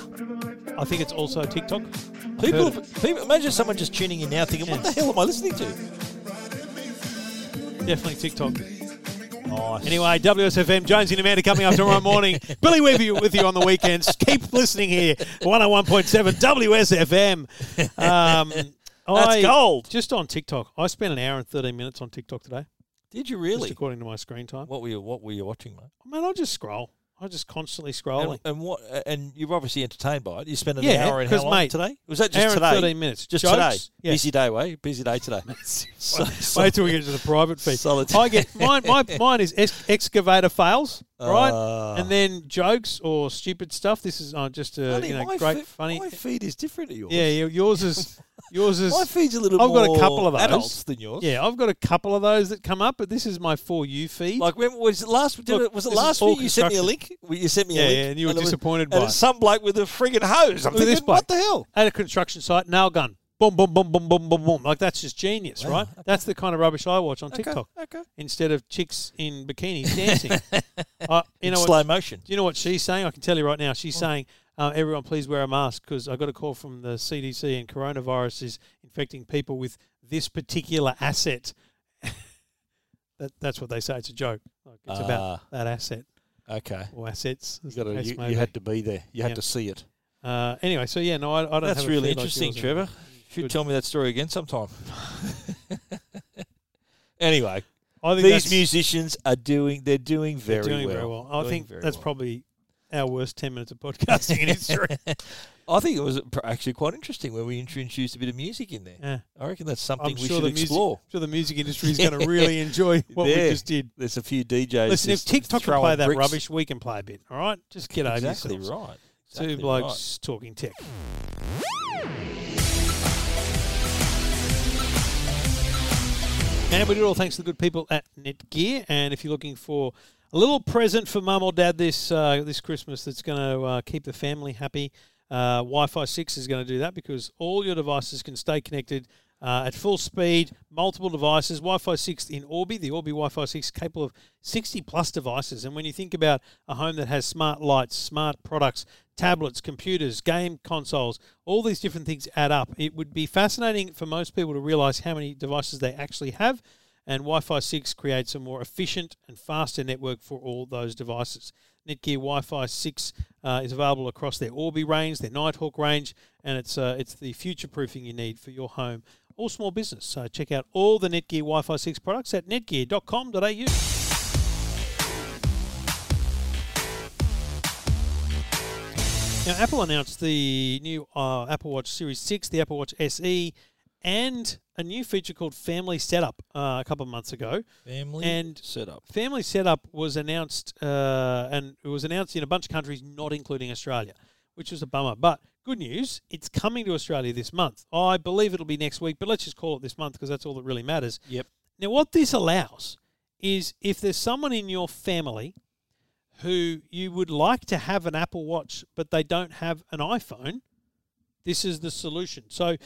A: I think it's also TikTok. I've
B: People,
A: heard it.
B: people, imagine someone just tuning in now thinking, what
A: Yeah.
B: the hell am I listening to?
A: definitely TikTok.
B: Nice.
A: Anyway, WSFM, Jonesy and Amanda coming up tomorrow (laughs) morning. Billy Weaver with you on the weekends. Keep listening here, 101.7 WSFM. Um,
B: That's
A: I-
B: gold.
A: Just on TikTok. I spent an hour and 13 minutes on TikTok today,
B: Did you
A: just
B: really?
A: according to my screen time.
B: What were you What were you watching, mate?
A: Man, I just scroll. I just constantly
B: And,
A: scrolling.
B: and what? And you're obviously entertained by it. You spent an
A: Yeah,
B: hour and how
A: 'cause,
B: long
A: mate,
B: today? Was that just
A: hour and
B: today?
A: 13 minutes.
B: Just
A: Jokes?
B: today.
A: Yeah.
B: Busy day, way. Busy day (laughs) today. so,
A: Wait till we get to the
B: (laughs)
A: private feed.
B: Solid.
A: I get mine.
B: (laughs)
A: My, mine is ex- excavator fails, right?
B: Ah.
A: and then jokes or stupid stuff. This is uh, just a
B: funny,
A: you know
B: my
A: great
B: fe-
A: funny.
B: My feed is different to yours.
A: Yeah, yeah, yours
B: (laughs)
A: is yours is.
B: My feed's a little.
A: I've got
B: more
A: a couple of those.
B: adults than yours.
A: Yeah, I've got a couple of those that come up, but this is my for you feed.
B: Like when was it last? Did
A: Look,
B: it, was it
A: this is
B: last
A: all
B: week you sent me a link?
A: construction.
B: You sent me a
A: Yeah,
B: link,
A: yeah, and you were
B: it was-
A: disappointed
B: And
A: by
B: it's
A: it.
B: some bloke with a friggin' hose. I'm
A: Look at
B: thinking,
A: this
B: what
A: bloke.
B: the hell?
A: at a construction site, nail gun, boom, boom, boom, boom, boom, boom, boom. Like that's just genius,
B: Wow,
A: right?
B: okay.
A: That's the kind of rubbish I watch on
B: Okay,
A: TikTok.
B: okay.
A: Instead of chicks in
B: (laughs)
A: bikinis dancing, uh, you know
B: In
A: what?
B: slow motion.
A: Do you know what she's saying? I can tell you right now. She's saying, uh, "Everyone, please wear a mask because I got a call from the CDC and coronavirus is infecting people with this particular asset." (laughs) that, that's what they say. It's a joke. Like, it's about
B: Ah.
A: that asset
B: Okay.
A: or assets. as
B: You,
A: the
B: gotta,
A: case
B: you,
A: may
B: you
A: be.
B: had to be there. You had
A: Yeah.
B: to see it.
A: Uh, anyway, so yeah, no, I, I don't.
B: That's
A: have a
B: really
A: feed like
B: interesting,
A: yours anymore. (laughs)
B: Trevor. Should tell me that story again sometime. anyway,
A: I think
B: These
A: that's-
B: musicians are doing. They're doing very
A: they're doing
B: well.
A: very
B: (laughs)
A: well. I
B: Doing
A: think
B: very
A: that's
B: well.
A: probably our worst ten minutes of podcasting
B: (laughs)
A: in history.
B: I think it was pr- actually quite interesting when we intro- introduced a bit of music in there.
A: Yeah.
B: I reckon that's something
A: I'm
B: we
A: sure
B: should
A: the music,
B: explore.
A: sure the music industry is going to
B: (laughs)
A: really enjoy what we
B: There.
A: just did.
B: There's a few DJs.
A: Listen, if
B: just
A: TikTok can
B: throwing
A: play that
B: bricks.
A: rubbish, we can play a bit. All right, just get over
B: exactly
A: yourselves.
B: right.
A: Two
B: Exactly right.
A: blokes talking tech. And we do it all thanks to the good people at Netgear. And if you're looking for a little present for mum or dad this uh, this Christmas, that's going to uh, keep the family happy. Uh, Wi-Fi six is going to do that because all your devices can stay connected uh, at full speed, multiple devices. Wi-Fi six in Orbi, the Orbi Wi-Fi six capable of 60 plus devices. And when you think about a home that has smart lights, smart products, tablets, computers, game consoles, all these different things add up. It would be fascinating for most people to realize how many devices they actually have. And Wi Fi 6 creates a more efficient and faster network for all those devices. Netgear Wi Fi 6 uh, is available across their Orbi range, their Nighthawk range, and it's, uh, it's the future proofing you need for your home or small business. So check out all the Netgear Wi Fi 6 products at netgear.com.au. Now, Apple announced the new uh, Apple Watch Series 6, the Apple Watch SE, and a new feature called Family Setup uh, a couple of months ago.
B: Family
A: And-
B: setup.
A: Family Setup was announced, uh, and it was announced in a bunch of countries, not including Australia, which was a bummer. But good news, it's coming to Australia this month. I believe it'll be next week, but let's just call it this month because that's all that really matters.
B: Yep.
A: Now, what this allows is if there's someone in your family who you would like to have an Apple Watch, but they don't have an iPhone, this is the solution. So,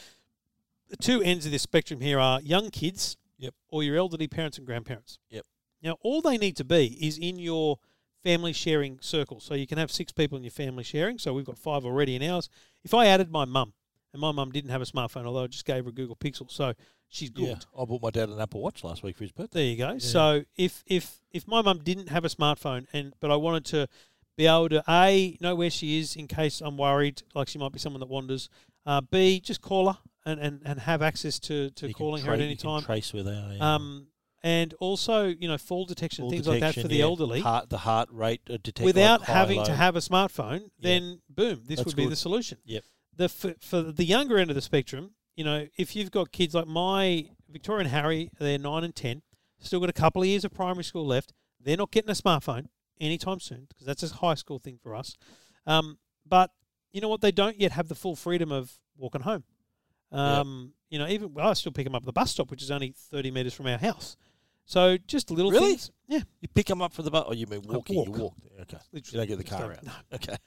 A: the two ends of this spectrum here are young kids
B: Yep.
A: or your elderly parents and grandparents.
B: Yep.
A: Now, all they need to be is in your family sharing circle. So, you can have six people in your family sharing. So, we've got five already in ours. If I added my mum, and my mum didn't have a smartphone, although I just gave her a Google Pixel, so she's good.
B: Yeah. I bought my dad an Apple Watch last week for his birthday.
A: There you go. So if if if my mum didn't have a smartphone and but I wanted to be able to a know where she is in case I'm worried, like she might be someone that wanders. Uh, b just call her and, and, and have access to, to
B: You can
A: calling her at
B: tra-
A: any
B: you can
A: time.
B: Trace where they are. yeah.
A: Um, and also you know fall detection
B: Fall
A: things like that
B: detection,
A: for the
B: yeah.
A: elderly.
B: Heart, the heart rate uh, detect
A: Without
B: like high,
A: having to
B: low.
A: have a smartphone, then boom, this
B: That's
A: would be
B: good.
A: the solution.
B: Yep.
A: The for, for the younger end of the spectrum, you know, if you've got kids like my Victoria and Harry, they're nine and ten, still got a couple of years of primary school left. They're not getting a smartphone anytime soon because that's a high school thing for us. Um, but you know what? They don't yet have the full freedom of walking home. Um, You know, even well, I still pick them up at the bus stop, which is only thirty meters from our house. So just little
B: Really?
A: things. Yeah,
B: You pick them up for the bus. Oh, you mean walking?
A: walk.
B: You walk.
A: (laughs)
B: Okay. You
A: literally.
B: don't get the car
A: Just
B: out.
A: don't- no.
B: Okay.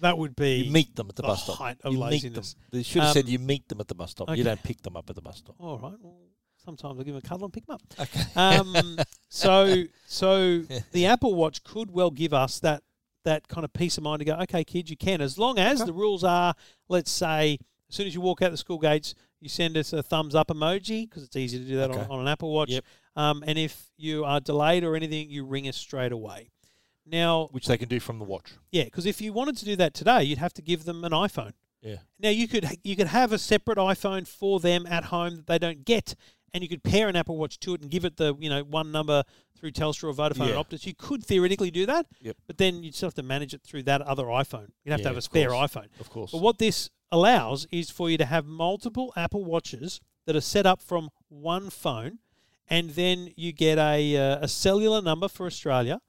A: that would be
B: You meet them at the,
A: the
B: bus stop.
A: height of
B: you meet them.
A: laziness.
B: They should have said
A: Um,
B: you meet them at the bus stop.
A: okay.
B: You don't pick them up at the bus stop.
A: All right. Well, sometimes I give them a cuddle and pick them up.
B: Okay.
A: (laughs) Um, so,
B: (laughs)
A: so the Apple Watch could well give us that that kind of peace of mind to go. Okay, kids, you can as long as the rules are. Let's say as soon as you walk out the school gates, you send us a thumbs up emoji because it's easy to do that on,
B: Okay.
A: on an Apple Watch.
B: Yep.
A: Um, and if you are delayed or anything, you ring us straight away. Now,
B: Which they can do from the watch.
A: yeah, because if you wanted to do that today, you'd have to give them an iPhone.
B: Yeah.
A: Now you could you could have a separate iPhone for them at home that they don't get, and you could pair an Apple Watch to it and give it the you know one number through Telstra or Vodafone
B: Yeah.
A: or Optus. You could theoretically do that,
B: Yep.
A: but then you'd still have to manage it through that other iPhone. You'd have to
B: Yeah,
A: have a
B: of
A: spare
B: course.
A: iPhone.
B: Of course.
A: But what this allows is for you to have multiple Apple Watches that are set up from one phone, and then you get a, uh, a cellular number for Australia.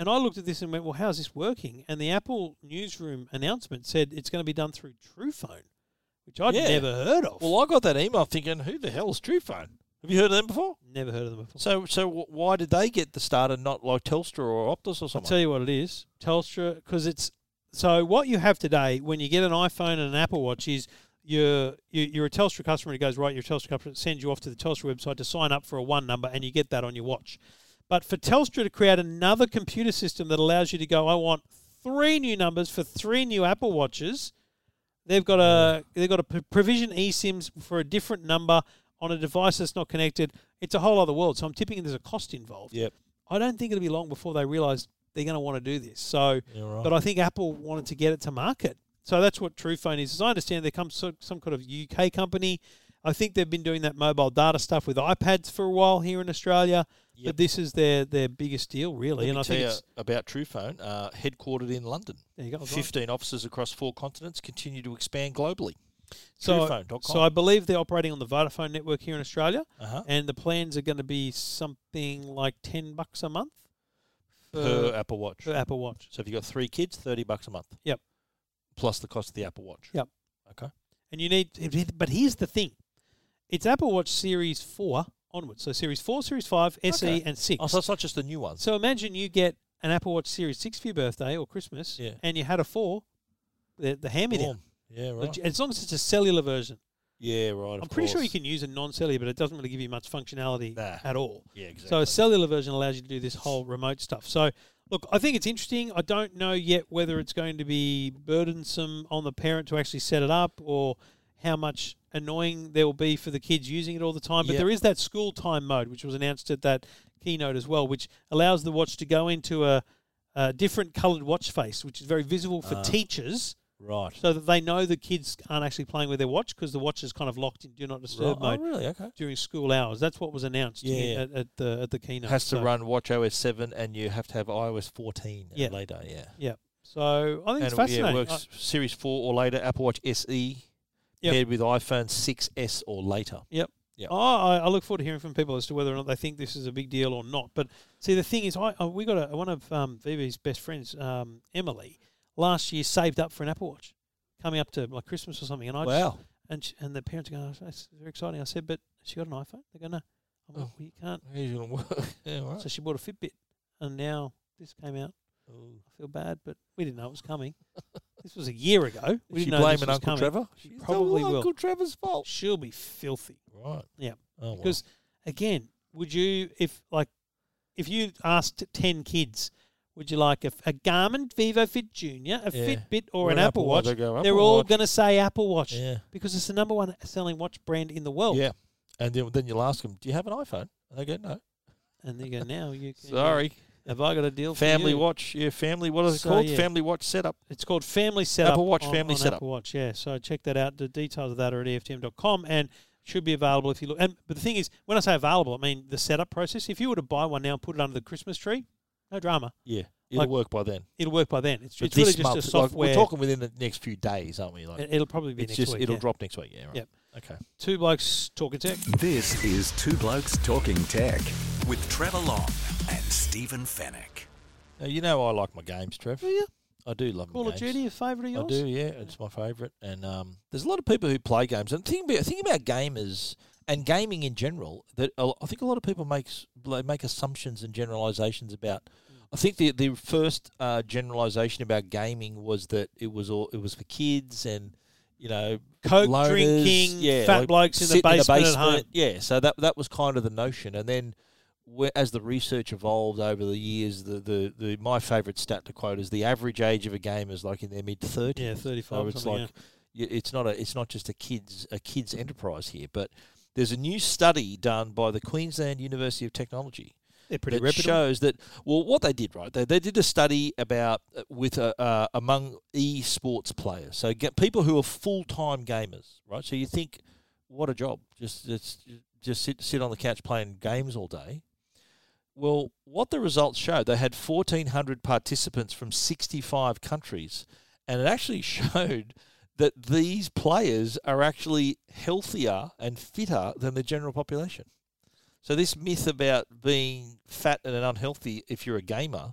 A: And I looked at this and went, well, how's this working? And the Apple newsroom announcement said it's going to be done through TruePhone, which I'd
B: Yeah.
A: never heard of.
B: Well, I got that email thinking, who the hell is TruePhone? Have you heard of them before?
A: never heard of them before.
B: So, so wh- why did they get the start and not like Telstra or Optus or
A: I'll
B: something?
A: tell you what it is Telstra, because it's so what you have today when you get an iPhone and an Apple Watch is you're, you- you're a Telstra customer, it goes right, you're a Telstra customer, it sends you off to the Telstra website to sign up for a one number and you get that on your watch. But for Telstra to create another computer system that allows you to go, I want three new numbers for three new Apple Watches, they've got a they've got to p- provision eSIMs for a different number on a device that's not connected. It's a whole other world. So I'm tipping there's a cost involved.
B: Yep.
A: I don't think it'll be long before they realise they're going to want to do this. So,
B: You're right.
A: but I think Apple wanted to get it to market. So that's what TruePhone is. As I understand, there comes some, some kind of UK company I think they've been doing that mobile data stuff with iPads for a while here in Australia, but
B: Yep.
A: this is their their biggest deal really.
B: Let
A: and
B: me
A: I
B: tell
A: think
B: you
A: it's
B: about TruePhone, uh, headquartered in London.
A: there you go. I was right.
B: 15 offices across four continents continue to expand globally.
A: So, I-
B: TruePhone.com.
A: so I believe they're operating on the Vodafone network here in Australia,
B: Uh-huh.
A: and the plans are going to be something like ten bucks a month
B: per Apple Watch.
A: per Apple Watch.
B: So if you've got three kids, 30 bucks a month.
A: Yep.
B: Plus the cost of the Apple Watch.
A: Yep.
B: Okay.
A: And you need, but here's the thing: it's Apple Watch Series Four onwards, so Series Four, Series Five, SE,
B: Okay.
A: and Six.
B: Oh, so it's not just the new ones.
A: So imagine you get an Apple Watch Series 6 for your birthday or Christmas,
B: Yeah.
A: and you had a 4, the, the hand me down.
B: Warm. Yeah, right.
A: As long as it's a cellular version.
B: yeah, right. of
A: I'm pretty sure you
B: course.
A: can use a non cellular, but it doesn't really give you much functionality
B: Nah.
A: at all.
B: Yeah, exactly.
A: So a cellular version allows you to do this whole remote stuff. So look, I think it's interesting. I don't know yet whether it's going to be burdensome on the parent to actually set it up or how much annoying there will be for the kids using it all the time. But
B: Yep.
A: there is that school time mode, which was announced at that keynote as well, which allows the watch to go into a, a different coloured watch face, which is very visible
B: Ah.
A: for teachers
B: right.
A: so that they know the kids aren't actually playing with their watch because the watch is kind of locked in do not
B: right.
A: disturb
B: Oh,
A: mode
B: really? Okay.
A: during school hours. That's what was announced
B: Yeah.
A: in- at, at the at the keynote.
B: Has to
A: So-
B: run Watch OS 7 and you have to have iOS 14
A: Yeah.
B: later. Yeah.
A: Yeah. So I think it's
B: and
A: fascinating.
B: yeah, it works
A: Uh,
B: Series 4 or later, Apple Watch SE
A: Yep.
B: paired with iPhone 6S or later.
A: yep.
B: Yeah.
A: Oh, I, I look forward to hearing from people as to whether or not they think this is a big deal or not. But see, the thing is, I, I we got a, one of um, VB's best friends, um, Emily, last year saved up for an Apple Watch, coming up to like Christmas or something. And I just,
B: Wow.
A: and she, and the parents are going, oh, "That's very exciting." I said, "But she got an iPhone." They go, "No." I'm like,
B: Oh.
A: well, "You can't."
B: Here's your work. (laughs) Yeah, all right.
A: So she bought a Fitbit, and now this came out.
B: Ooh.
A: I feel bad, but we didn't know it was
B: (laughs)
A: coming. this was a year ago. We
B: Is she
A: didn't know this
B: blaming
A: was
B: Uncle
A: coming.
B: Trevor?
A: She
B: She's
A: probably
B: all
A: will.
B: Uncle Trevor's fault.
A: She'll be filthy.
B: Right.
A: Yeah.
B: Oh, well.
A: Because again, would you if like if you asked ten kids, would you like a, a Garmin Vivo Fit Junior, a
B: Yeah.
A: Fitbit, or, an, Apple, Watch?
B: they go,
A: They're
B: "Apple
A: all
B: Watch."
A: going to say Apple Watch
B: Yeah.
A: because it's the number one selling watch brand in the world.
B: Yeah. And then, then you'll ask them, do you have an iPhone? And they go, no.
A: And they go now you can,
B: (laughs) Sorry.
A: Have I got a deal?
B: Family
A: for you?
B: watch. Yeah, family. What is it
A: So,
B: called?
A: yeah.
B: Family watch setup.
A: It's called Family Setup.
B: Apple Watch
A: on-
B: Family
A: on
B: Setup.
A: Apple Watch, yeah. So check that out. The details of that are at E EFTM.com and should be available if you look. And but the thing is, when I say available, I mean the setup process. If you were to buy one now and put it under the Christmas tree, no drama.
B: Yeah. It'll
A: Like-
B: work by then.
A: It'll work by then. It's,
B: But
A: it's really
B: this
A: just
B: month,
A: a
B: like,
A: software.
B: we're talking within the next few days, aren't we? Like,
A: it- it'll probably be
B: it's
A: next
B: just,
A: week.
B: it'll
A: yeah.
B: drop Mm, next week. Yeah. Right.
A: Yep.
B: Okay.
A: Two blokes talking tech.
C: This is Two Blokes Talking Tech with Trevor Long and Stephen Fennec.
B: Now, you know, I like my games, Trev.
A: Do you?
B: I do love
A: Oh, Call
B: my
A: of
B: games.
A: Duty, a favourite of yours?
B: I do, yeah. It's my favourite. And um, there's a lot of people who play games. And the thing about, thing about gamers and gaming in general, that a lo- I think a lot of people makes they make assumptions and generalisations about. I think the the first uh, generalisation about gaming was that it was all it was for kids and you know
A: Coke
B: loners,
A: drinking,
B: yeah,
A: fat
B: like
A: blokes in the
B: sitting
A: basement at home.
B: Yeah, so that that was kind of the notion, and then whe- as the research evolved over the years, the, the, the my favourite stat to quote is the average age of a game is like in their mid thirties.
A: Yeah, 35
B: So
A: or
B: it's
A: something,
B: like y it's not a it's not just a kids a kids enterprise here, but there's a new study done by the Queensland University of Technology
A: They're pretty
B: that
A: reputable.
B: shows that well what they did right they, they did a study about uh, with uh, uh, among esports players so get people who are full-time gamers right so you think what a job just just just sit sit on the couch playing games all day well what the results showed they had 1400 participants from 65 countries and it actually (laughs) showed that these players are actually healthier and fitter than the general population so this myth about being fat and unhealthy if you're a gamer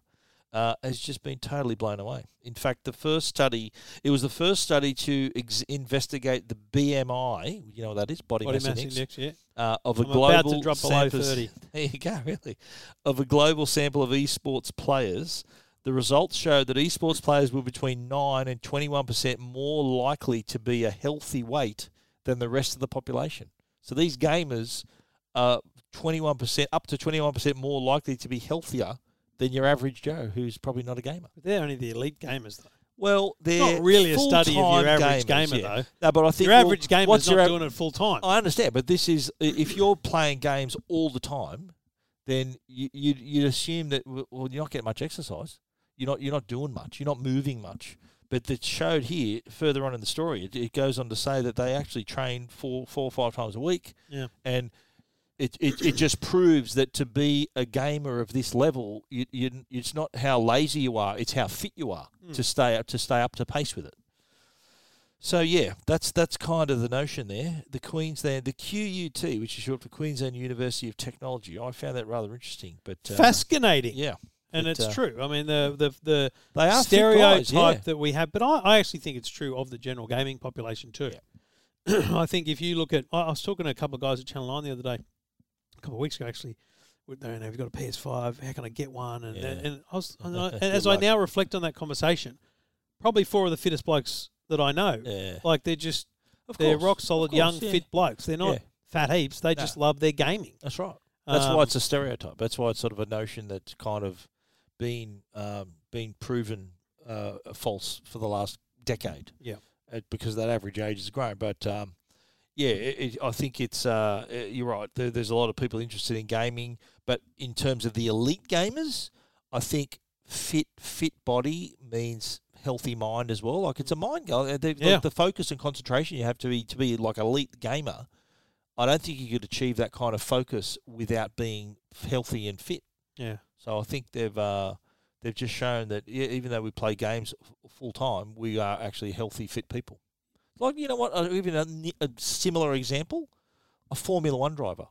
B: uh, has just been totally blown away. In fact, the first study, it was the first study to ex- investigate the BMI, you know what that is, body,
A: Body
B: mass,
A: mass index,
B: index,
A: yeah.
B: uh, of a
A: I'm
B: global
A: about to drop below
B: samples-
A: 30.
B: (laughs) There you go, really. Of a global sample of esports players, the results showed that esports players were between nine and twenty-one percent more likely to be a healthy weight than the rest of the population. So these gamers are twenty-one percent, up to twenty-one percent more likely to be healthier than your average Joe, who's probably not a gamer.
A: But they're only the elite gamers, though.
B: Well, they're
A: not really a study of your
B: full-time
A: average
B: gamers,
A: gamer,
B: yeah.
A: though.
B: No, but I think
A: Your
B: well,
A: average gamer's
B: what's
A: not
B: your av-
A: doing it full time.
B: I understand, but this is i- if you're playing games all the time, then you, you'd, you'd assume that w- well you're not getting much exercise. You're not you're not doing much. You're not moving much. But that showed here further on in the story. It, it goes on to say that they actually train four, four or five times a week,
A: Yeah.
B: and it, it, it just proves that to be a gamer of this level, you, you, it's not how lazy you are; it's how fit you are
A: Hmm.
B: to stay up to stay up to pace with it. So yeah, that's that's kind of the notion there. The Queensland, the QUT, which is short for Queensland University of Technology. I found that rather interesting, but uh,
A: Fascinating.
B: yeah,
A: and
B: but,
A: it's
B: uh,
A: true. I mean, the the the
B: They are thick
A: stereotype
B: guys, yeah.
A: that we have, but I, I actually think it's true of the general gaming population too. (clears throat) I think if you look at, I, I was talking to a couple of guys at Channel Nine the other day, a couple of weeks ago actually. with- You know, have you got a PS5? How can I get one? And
B: Yeah.
A: and I was,
B: (laughs)
A: and I,
B: Good
A: as I
B: luck.
A: now reflect on that conversation, probably four of the fittest blokes that I know.
B: Yeah.
A: Like they're just
B: Of
A: they're
B: course,
A: rock
B: of
A: solid,
B: course,
A: young,
B: yeah.
A: fit blokes. They're not
B: Yeah.
A: fat heaps. They
B: No.
A: just love their gaming.
B: That's right. That's
A: Um,
B: why it's a stereotype. That's why it's sort of a notion that's kind of been um, been proven uh, false for the last decade.
A: Yeah.
B: uh, because that average age has grown. But um, yeah, it, it, I think it's uh, uh, you're right. There, there's a lot of people interested in gaming, but in terms of the elite gamers, I think fit fit body means healthy mind as well. Like it's a mind goal. Uh, The, the-
A: Yeah.
B: the focus and concentration you have to be to be like elite gamer. I don't think you could achieve that kind of focus without being healthy and fit.
A: Yeah.
B: So I think they've uh, they've just shown that e- even though we play games f- full time, we are actually healthy, fit people. Like you know what? uh, Even a, ni- a similar example, a Formula One driver.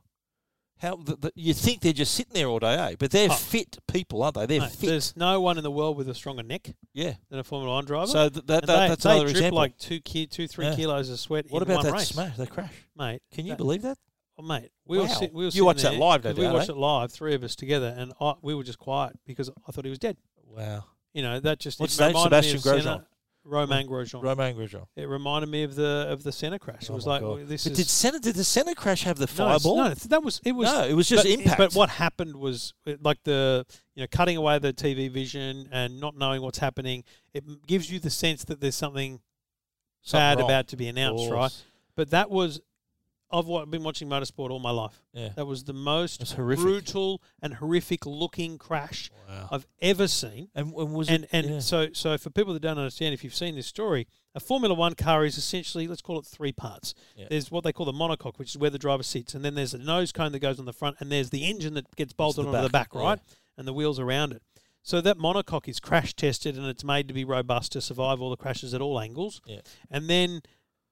B: How the, the, you think they're just sitting there all day, eh? But they're
A: Oh.
B: fit people, aren't they? They're
A: Mate,
B: fit.
A: there's no one in the world with a stronger neck
B: yeah.
A: than a Formula One driver.
B: So th- that, that,
A: And they,
B: that's
A: they
B: another
A: drip
B: example.
A: like two, ki- two three
B: Yeah.
A: kilos of sweat.
B: what
A: in
B: about
A: one
B: that
A: race?
B: smash? That crash?
A: mate?
B: Can you
A: that-
B: believe that?
A: oh, mate? We were,
B: Wow.
A: sit, we were
B: You
A: sitting
B: watched that
A: there-
B: live, no
A: 'cause We
B: doubt,
A: watched
B: eh?
A: it live, three of us together, and I, we were just quiet because I thought he was dead.
B: Wow.
A: You know that just
B: What's
A: it
B: his name?
A: reminded me
B: Sebastian
A: of Senna- Romain Grosjean.
B: Romain Grosjean.
A: It reminded me of the of the Senna crash. it
B: Oh
A: was
B: my
A: like
B: God.
A: well, this
B: But
A: is
B: did Senna, did the Senna crash have the
A: no, it's-
B: fireball?
A: No, it's- that was it was
B: No, it was just
A: but-
B: impact.
A: But what happened was uh, like the you know cutting away the TV vision and not knowing what's happening. It m- gives you the sense that there's something
B: Something
A: bad
B: wrong.
A: about to be announced, right?
B: Course.
A: But that was I've wa- been watching motorsport all my life.
B: Yeah.
A: That was the most
B: It's horrific.
A: brutal and horrific looking crash
B: Wow.
A: I've ever seen.
B: And, and was
A: And
B: it,
A: and
B: yeah.
A: so so for people that don't understand, if you've seen this story, a Formula One car is essentially let's call it three parts.
B: Yeah.
A: There's what they call the monocoque, which is where the driver sits, and then there's a nose cone that goes on the front, and there's the engine that gets bolted
B: the
A: onto the
B: back,
A: back, right, and the wheels around it. So that monocoque is crash tested, and it's made to be robust to survive all the crashes at all angles.
B: Yeah.
A: And then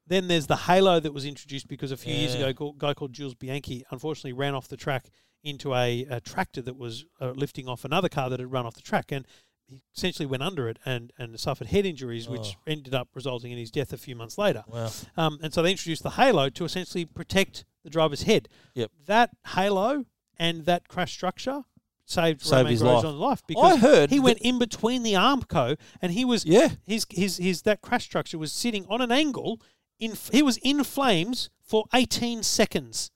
A: then there's the halo that was introduced because a few years
B: Yeah.
A: ago, a guy called Jules Bianchi unfortunately ran off the track into a, a tractor that was uh, lifting off another car that had run off the track, and he essentially went under it and and suffered head injuries, which ended up resulting in his death a few months later.
B: Oh. Wow.
A: Um, and so they introduced the halo to essentially protect the driver's head.
B: Yep.
A: That halo and that crash structure saved,
B: Saved
A: Romain
B: his life.
A: Grosjean's life. because
B: heard
A: he
B: that-
A: went in between the Armco and he was
B: Yeah.
A: his his his that crash structure was sitting on an angle in f- he was in flames for 18 seconds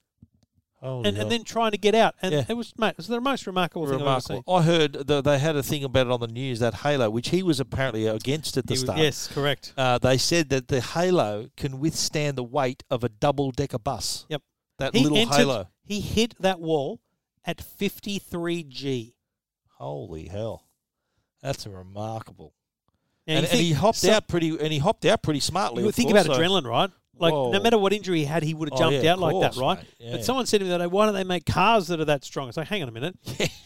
B: Holy
A: and,
B: hell.
A: and then trying to get out and
B: Yeah.
A: it was mate, it was the most remarkable, thing I've ever
B: remarkable. I heard that they had a thing about it on the news that halo, which he was apparently against at the
A: seen. He was-
B: start.
A: yes, correct.
B: Uh, they said that the halo can withstand the weight of a double decker bus.
A: Yep.
B: That little
A: entered-
B: halo.
A: He hit that wall at 53 G.
B: Holy hell. That's a remarkable.
A: Now,
B: and,
A: you
B: and
A: think
B: he hopped
A: some-
B: out pretty and he hopped out pretty smartly.
A: You would
B: of
A: think
B: course,
A: about
B: so-
A: adrenaline, right? Like
B: Whoa.
A: no matter what injury he had, he would have
B: Oh,
A: jumped
B: yeah,
A: out
B: of
A: like that,
B: course,
A: right?
B: mate. Yeah.
A: But someone said to me that, "Why don't they make cars that are that strong?" It's like, hang on a
B: (laughs)
A: minute.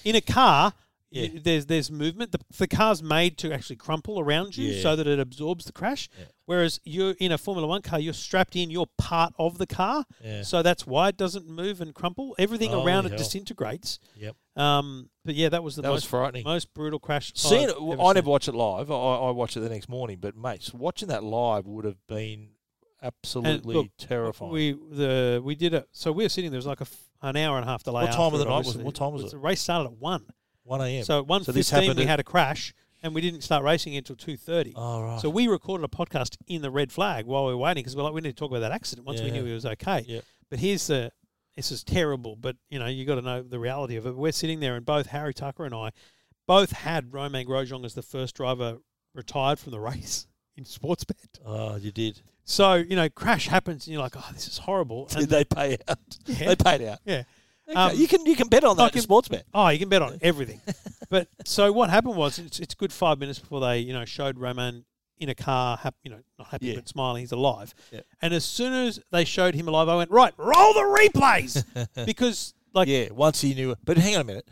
A: In a car,
B: Yeah.
A: y- there's there's movement. The, the car's made to actually crumple around you
B: Yeah.
A: so that it absorbs the crash.
B: Yeah.
A: Whereas you're in a Formula One car, you're strapped in. You're part of the car,
B: Yeah.
A: so that's why it doesn't move and crumple. Everything
B: Holy
A: around
B: hell.
A: it disintegrates.
B: Yep.
A: Um, but yeah, that was the
B: That was
A: most,
B: frightening.
A: most brutal crash.
B: Seeing
A: I've
B: it,
A: ever
B: I
A: seen.
B: never watch it live. I, I watch it the next morning. But mates, watching that live would have been absolutely
A: look,
B: terrifying.
A: We the we did it. So we were sitting there. It was like a f an hour and a half delay.
B: What time of
A: after
B: the
A: it,
B: night was it?
A: obviously.
B: What time was it?
A: The race started at one.
B: One a.m.
A: So at one
B: So
A: fifteen
B: this happened
A: we
B: at-
A: had a crash, and we didn't start racing until two thirty.
B: Oh, right.
A: So we recorded a podcast in the red flag while we were waiting because we're like, we need to talk about that accident once we
B: Yeah.
A: knew he was okay.
B: Yep.
A: But here's the this is terrible, but you know you got to know the reality of it. We're sitting there, and both Harry Tucker and I both had Romain Grosjean as the first driver retired from the (laughs) race in sports bet.
B: oh,
A: (laughs)
B: you did.
A: So you know, crash happens, and you're like, oh, this is horrible.
B: Did
A: And
B: they pay out?
A: Yeah.
B: They paid out.
A: Yeah.
B: Okay,
A: Um,
B: you can you can bet on
A: I
B: that
A: can-
B: in sports bet.
A: Oh, you can bet on everything. but so what happened was it's, it's a good five minutes before they you know showed Roman in a car, hap, you know, not happy
B: Yeah.
A: but smiling. He's alive.
B: Yeah.
A: And as soon as they showed him alive, I went right, roll the
B: (laughs)
A: replays because like
B: yeah, once he knew. But hang on a minute,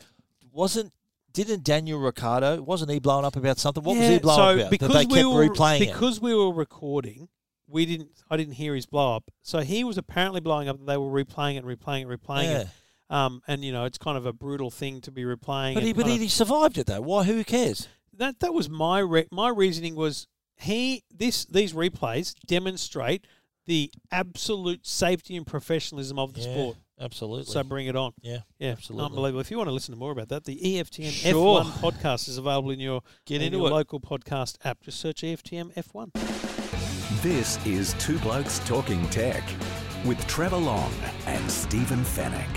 B: wasn't didn't Daniel Ricciardo wasn't he blown up about something? What was
A: Yeah,
B: he blown
A: so
B: up about?
A: Because
B: that they
A: we
B: kept
A: were,
B: replaying it.
A: because we were recording. We didn't. I didn't hear his blow up. So he was apparently blowing up. They were replaying it, replaying it, replaying it. Um, and you know, it's kind of a brutal thing to be replaying.
B: But he,
A: and
B: but
A: kind of-
B: he survived it though. Why? Who cares?
A: that that was my re- my reasoning was he this these replays demonstrate the absolute safety and professionalism of the sport.
B: absolutely.
A: So bring it on.
B: yeah,
A: Yeah,
B: Absolutely.
A: unbelievable. If you want to listen to more about that, the E EFTM
B: Sure.
A: F1 podcast is available in your
B: Get
A: in
B: into
A: your
B: it.
A: local podcast app. Just search E EFTM F1.
C: This is Two Blokes Talking Tech with Trevor Long and Stephen Fennec.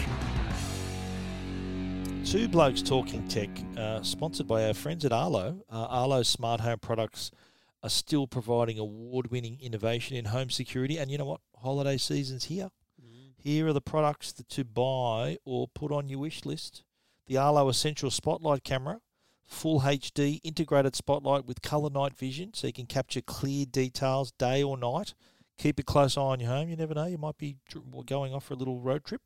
B: Two Blokes Talking Tech, uh, sponsored by our friends at Arlo. Uh, Arlo's smart home products are still providing award winning innovation in home security. And you know what? Holiday season's here. Here are the products that to buy or put on your wish list the Arlo Essential Spotlight Camera, full HD integrated spotlight with color night vision so you can capture clear details day or night. Keep a close eye on your home. You never know, you might be dr- going off for a little road trip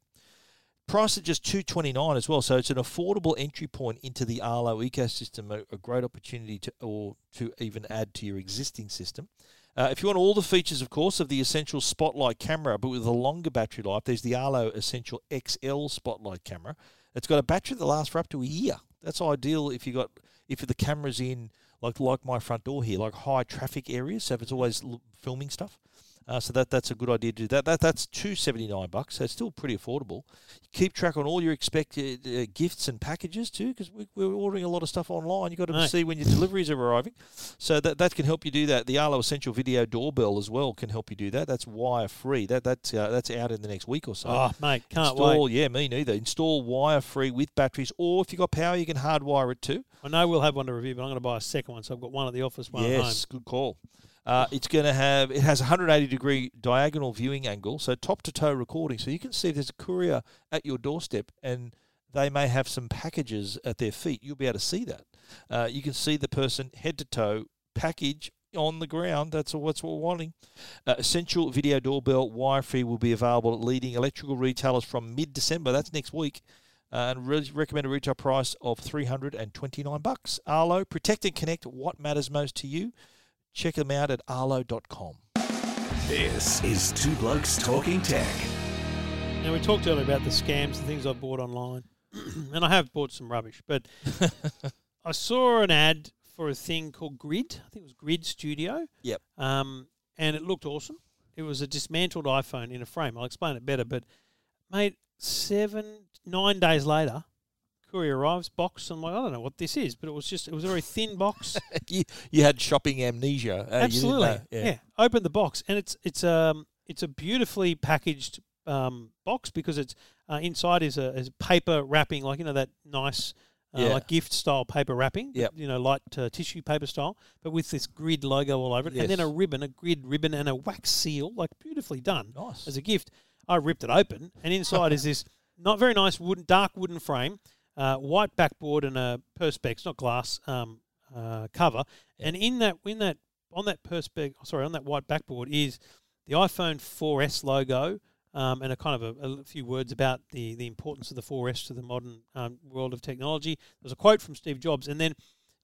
B: priced at just two twenty nine as well. So it's an affordable entry point into the Arlo ecosystem, a, a great opportunity to or to even add to your existing system. Uh, if you want all the features, of course, of the Essential Spotlight camera, but with a longer battery life, there's the Arlo Essential XL Spotlight camera. It's got a battery that lasts for up to a year. That's ideal if you got if the camera's in like like my front door here, like high traffic areas, so if it's always l- filming stuff. Uh, so that that's a good idea to do that. that that's two seventy nine bucks. So it's still pretty affordable. Keep track on all your expected uh, gifts and packages too, because we, we're ordering a lot of stuff online. You got to
A: Right.
B: see when your deliveries are arriving. So that that can help you do that. The Arlo Essential Video Doorbell as well can help you do that. That's wire free. That that's uh, that's out in the next week or so.
A: Oh, mate, can't
B: Install,
A: wait.
B: yeah, me neither. Install wire free with batteries, or if you've got power, you can hardwire it too.
A: I know we'll have one to review, but I'm going to buy a second one. So I've got one at the office, one at home.
B: yes, good call. Uh, it's going to have it has 180 degree diagonal viewing angle, so top to toe recording. So you can see if there's a courier at your doorstep, and they may have some packages at their feet. You'll be able to see that. Uh, you can see the person head to toe package on the ground. That's all- what's what we're wanting. Uh, Essential video doorbell Wi-Fi will be available at leading electrical retailers from mid December. That's next week. Uh, and re- recommended retail price of 329 bucks. Arlo, protect and connect what matters most to you. Check them out at arlo.com.
C: This is Two Blokes Talking Tech.
A: Now we talked earlier about the scams and things I've bought online, (clears throat) and I have bought some rubbish. But I saw an ad for a thing called Grid. I think it was Grid Studio.
B: Yep.
A: Um, and it looked awesome. It was a dismantled iPhone in a frame. I'll explain it better. But mate, seven nine days later, courier arrives, box. I'm like, I don't know what this is, but it was just it was a very thin box.
B: (laughs) you, you had shopping amnesia. uh, you didn't
A: Absolutely.
B: know.
A: yeah. Open the box, and it's it's um it's a beautifully packaged um box because it's uh, inside is a is paper wrapping, like you know that nice. Uh,
B: Yeah.
A: Like gift style paper wrapping,
B: Yep.
A: you know, light uh, tissue paper style, but with this grid logo all over it, and then a
B: Yes.
A: ribbon, a grid ribbon, and a wax seal, like beautifully done
B: Nice.
A: as a gift. I ripped it open, and inside is this not very nice wooden, dark wooden frame, uh, white backboard, and a perspex, not glass, um, uh, cover. And in that, in that, on that perspex, sorry, on that white backboard is the iPhone 4S logo. Um, and a kind of a, a few words about the, the importance of the 4S to the modern um, world of technology. There's a quote from Steve Jobs, and then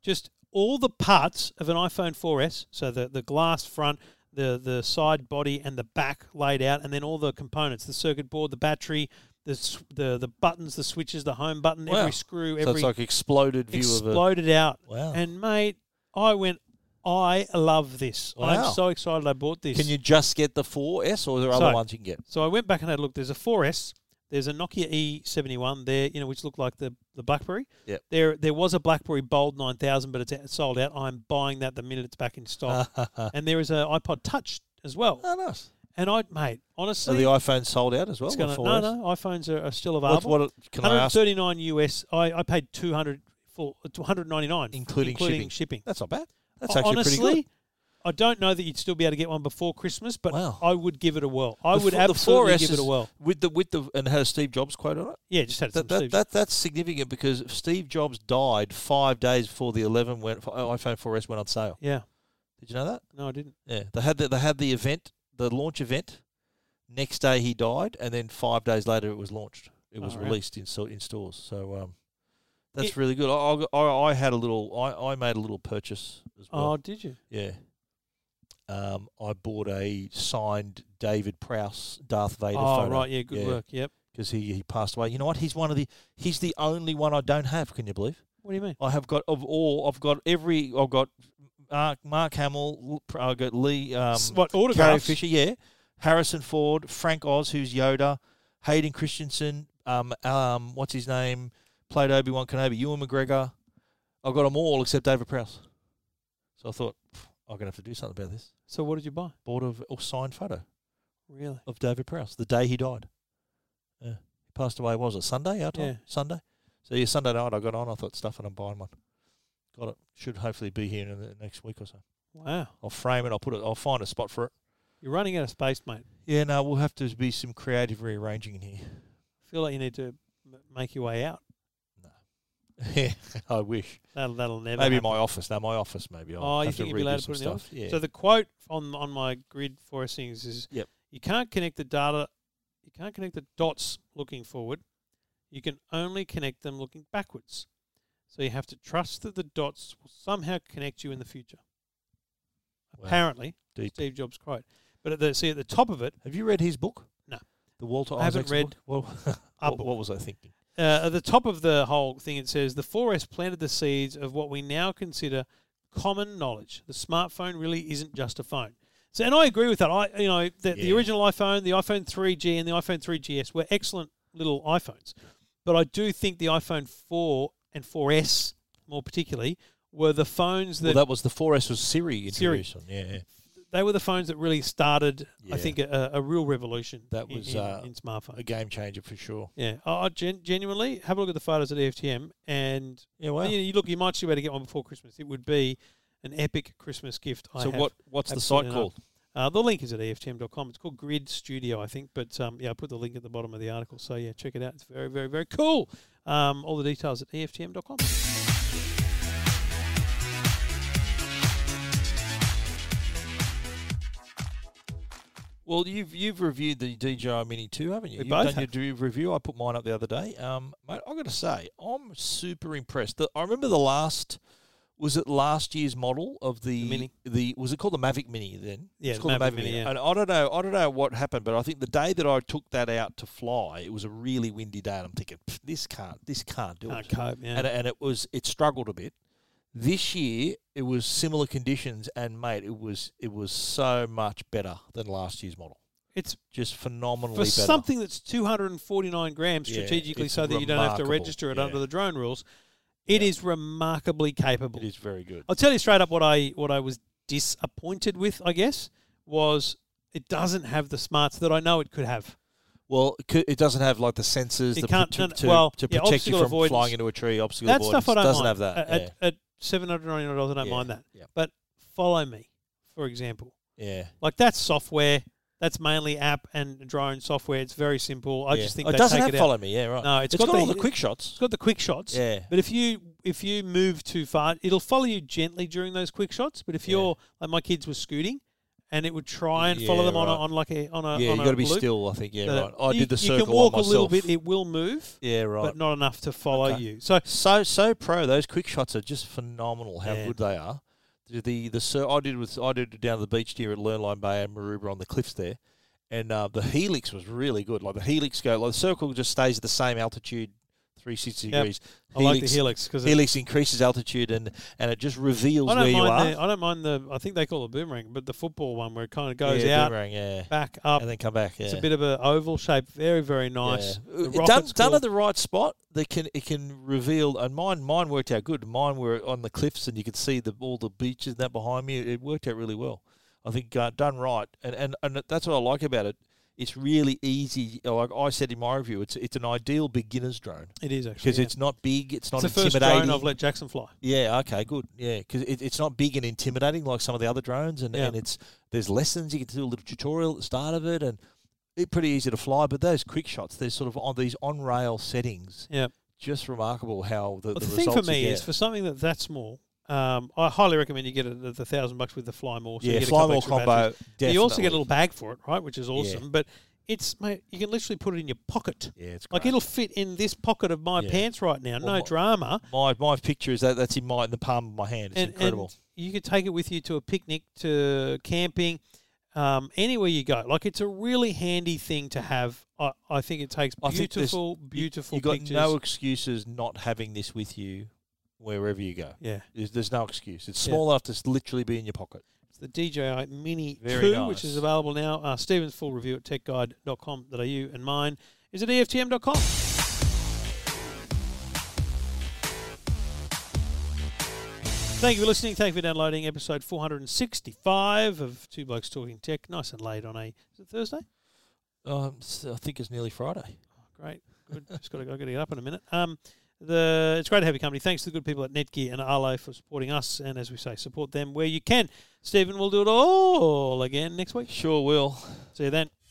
A: just all the parts of an iPhone 4S, so the, the glass front, the the side body, and the back laid out, and then all the components: the circuit board, the battery, the s- the the buttons, the switches, the home button,
B: Wow.
A: every screw,
B: So
A: every
B: it's like exploded view of
A: exploded out.
B: Wow.
A: And mate, I went, I love this.
B: Wow.
A: I'm so excited I bought this.
B: it. Can you just get the 4S or are there other
A: So-
B: ones you can get?
A: So I went back and had a look. There's a 4S. There's a Nokia E71 there, you know, which looked like the, the BlackBerry.
B: Yep.
A: There there was a BlackBerry Bold 9000, but it's out- sold out. I'm buying that the minute it's back in stock.
B: (laughs)
A: and there is an iPod Touch as well.
B: Oh, nice.
A: And I, mate,
B: So
A: honestly,
B: the iPhone sold out as well?
A: it's gonna,
B: the
A: no,
B: 4S?
A: no, iPhones are, are still available.
B: What's, what, can I ask?
A: 139 US. I, I paid 200 for 199
B: Including shipping.
A: shipping.
B: That's not bad. That's
A: Ho-
B: actually
A: Oh, honestly,
B: pretty good.
A: I don't know that you'd still be able to get one before Christmas, but
B: Wow.
A: I would give it a whirl. I
B: The
A: would
B: fo- the
A: absolutely
B: 4S
A: give it a
B: is-
A: whirl.
B: With the, with the, and it has a Steve Jobs quote on it?
A: Yeah, just had some
B: That, that,
A: Steve
B: that that's significant because uh, Steve Jobs died five days before the 11 went iPhone 4S went on sale.
A: Yeah.
B: Did you know that?
A: No, I didn't.
B: Yeah, they had the, they had the event, the launch event. Next day he died, and then five days later it was launched. It was
A: Oh, right.
B: released in so in stores. So um, that's
A: It-
B: really good. I, I I had a little. I, I made a little purchase as well.
A: Oh, did you?
B: Yeah. Um, I bought a signed David Prowse Darth Vader
A: oh,
B: photo.
A: right. Yeah, good work. Yep.
B: Because he, he passed away. You know what? He's one of the. He's the only one I don't have. Can you believe?
A: What do you mean?
B: I have got of all. I've got every. I've got Mark, Mark Hamill. I've got Lee. Um,
A: S- what
B: Carrie
A: autographs?
B: Fisher, yeah. Harrison Ford, Frank Oz, who's Yoda, Hayden Christensen, um, um, what's his name? Played Obi Wan Kenobi, Ewan McGregor. I've got them all except David Prowse. So I thought "Pff, I'm gonna have to do something about this.
A: So what did you buy?
B: Bought a a signed photo
A: Really?
B: of David Prowse the day he died. Yeah. He passed away. what Was it Sunday? Our time?
A: Yeah.
B: Sunday. So yeah, Sunday night I got on. I thought stuff, and I'm buying one. Got it. Should hopefully be here in the next week or so.
A: Wow.
B: I'll frame it. I'll put it. I'll find a spot for it.
A: You're running out of space, mate.
B: Yeah, no, we'll have to be some creative rearranging in here. (laughs)
A: feel like you need to m- make your way out.
B: Yeah, I wish.
A: That'll, that'll never
B: Maybe
A: happen.
B: my office. No, my office. Maybe. I'll
A: Oh, you
B: have
A: think
B: to
A: you'd be allowed to
B: redo
A: put
B: some
A: it in the
B: stuff. Yeah.
A: So the quote on on my grid for us things is
B: Yep.
A: you can't connect the data you can't connect the dots looking forward. You can only connect them looking backwards. So you have to trust that the dots will somehow connect you in the future.
B: Wow.
A: Apparently,
B: Deep.
A: Steve Jobs' quote. But at the, see at the top of it,
B: Have you read his book?
A: No.
B: The Walter
A: I haven't
B: Isaacson
A: read
B: book? Well, (laughs)
A: our
B: what,
A: book.
B: what was I thinking?
A: uh, at the top of the whole thing, it says the 4S planted the seeds of what we now consider common knowledge. The smartphone really isn't just a phone. So, and I agree with that. I, you know, the, the
B: Yeah.
A: original iPhone, the iPhone 3G, and the iPhone 3GS were excellent little iPhones, but I do think the iPhone 4 and 4S, more particularly, were the phones that
B: well, that was the 4S was Siri
A: Siri.
B: introduction. Yeah, yeah.
A: they were the phones that really started.
B: Yeah.
A: I think a, a real revolution
B: That
A: in-
B: was,
A: in,
B: uh,
A: in smartphones.
B: a game changer for sure.
A: Yeah, I, I gen- genuinely have a look at the photos at E EFTM, and
B: Yeah, wow.
A: you, you look, you might see where to get one before Christmas. It would be an epic Christmas gift. I
B: so
A: have.
B: what? What's the
A: absolutely
B: site
A: not.
B: called?
A: Uh, the link is at EFTM.com. It's called Grid Studio, I think. But um, yeah, I put the link at the bottom of the article. So yeah, check it out. It's very, very, very cool. Um, all the details at EFTM.com.
B: Well, you've you've reviewed the DJI Mini 2, haven't you?
A: We
B: you've
A: both
B: done
A: have.
B: your d- review. I put mine up the other day. Um, mate, I've got to say, I'm super impressed. The, I remember the last was it last year's model of the,
A: The Mini.
B: the- was it called the Mavic Mini then?
A: Yeah,
B: it's
A: the
B: called the
A: Mavic
B: Mavic
A: Mini,
B: Mini.
A: yeah.
B: And I don't know, I don't know what happened, but I think the day that I took that out to fly, it was a really windy day, and I'm thinking "Pff, this can't this can't do
A: Can't
B: it.
A: cope, yeah.
B: And and it was it struggled a bit. This year it was similar conditions, and mate, it was it was so much better than last year's model
A: It's
B: just phenomenally
A: for
B: better.
A: something that's 249 grams
B: Yeah,
A: strategically,
B: it's
A: so that you don't have to
B: remarkable,
A: register it
B: yeah.
A: under the drone rules. It is remarkably capable.
B: It is very good.
A: I'll tell you straight up what I what I was disappointed with, I guess, was it doesn't have the smarts that I know it could have.
B: Well, it cou- it doesn't have like the sensors
A: It
B: the
A: can't-
B: prote-
A: no, no,
B: to,
A: well,
B: to
A: yeah,
B: protect you
A: obstacle
B: from
A: avoidance.
B: flying into a tree. Obstacle
A: That
B: avoidance
A: stuff I don't
B: doesn't
A: mind.
B: have that.
A: At, at, at seven hundred ninety nine dollars, I don't
B: Yeah,
A: mind that.
B: yeah.
A: But follow me, for example,
B: yeah, yeah.
A: like that's software. That's mainly app and drone software. It's very simple. I
B: yeah.
A: just think
B: Oh, it
A: they
B: doesn't
A: take
B: have
A: it out.
B: follow me. Yeah, right.
A: No,
B: it's got, all the quick
A: It's
B: shots.
A: got the quick shots.
B: Yeah.
A: But if you if you move too far, it'll follow you gently during those quick shots. But if
B: Yeah.
A: you're like my kids were scooting, and it would try and follow
B: Yeah,
A: them on a,
B: right.
A: on like a on a
B: yeah,
A: uh, on
B: you
A: a
B: got to be
A: loop.
B: still. I think. Yeah,
A: that
B: right. I
A: you,
B: did the circle
A: You can walk
B: on myself.
A: a little bit; it will move,
B: yeah, right.
A: but not enough to follow
B: Okay.
A: you. So
B: so so pro. Those quick shots are just phenomenal. How
A: Yeah.
B: good they are. The the, the sur- I did with I did it down to the beach here at Lurline Bay and Maroubra on the cliffs there, and uh, the helix was really good. Like the helix go like the circle just stays at the same altitude, three sixty
A: Yep.
B: degrees.
A: I like the helix because I
B: helix increases altitude and and it just reveals
A: don't
B: where you are.
A: mind the I don't mind the I think they call it boomerang, but the football one where it kind of goes
B: yeah,
A: out,
B: boomerang, yeah,
A: back up.
B: and then come back. Yeah.
A: It's a bit of an oval shape, very very nice.
B: Yeah.
A: The
B: Uh, It Done,
A: rocket's
B: done
A: cool.
B: at the right spot, they can it can reveal. And mine mine worked out good. Mine were on the cliffs, and you could see the all the beaches and that behind me. It worked out really well. I think uh, done right, and, and and that's what I like about it. It's really easy. Like I said in my review, it's it's an ideal beginner's drone
A: It is actually
B: because
A: yeah.
B: it's not big, it's not
A: It's the first
B: intimidating.
A: drone I've let Jackson fly.
B: Yeah. Okay. Good. Yeah. Because it, it's not big and intimidating like some of the other drones, and,
A: Yeah.
B: and it's there's lessons you can do a little tutorial at the start of it, and it's pretty easy to fly. But those quick shots, there's sort of on these on rail settings,
A: Yeah.
B: just remarkable how the,
A: But
B: the,
A: the, thing for
B: results you
A: me
B: get.
A: is for something that that small, Um, I highly recommend you get it at the thousand bucks with the fly more. So you
G: yeah,
A: get a
G: fly
A: couple
G: more
A: extra
G: combo.
A: batteries.
G: Definitely.
A: You also get a little bag for it, right? Which is awesome. But it's mate, you can literally put it in your pocket.
G: Yeah, it's
A: Like
G: great.
A: it'll fit in this pocket of my
B: Yeah.
A: pants right now.
B: Well,
A: no
B: my-
A: drama.
B: My my picture is that that's in my in the palm of my hand. It's incredible.
A: you could take it with you to a picnic, to camping, um, anywhere you go. Like it's a really handy thing to have. I, I think it takes
B: I think there's-
A: beautiful, beautiful
B: you, you got
A: pictures.
B: no excuses not having this with you wherever you go.
A: yeah,
B: There's, there's no excuse. It's
A: Yeah.
B: small enough to s- literally be in your pocket.
A: it's the DJI Mini
B: Very
A: 2, which
B: nice.
A: is available now. Uh, Stephen's full review at techguide.com.au and mine is at E EFTM.com. Thank you for listening. Thank you for downloading episode 465 of Two Blokes Talking Tech. Nice and late on a is it Thursday?
B: Um, s- I think it's nearly Friday.
A: Great. Good. Just got to, got to get up in a minute. Um, the it's great to have your company. Thanks to the good people at Netgear and Arlo for supporting us, and as we say, support them where you can. Stephen will do it all again next week.
B: Sure will.
A: See you then.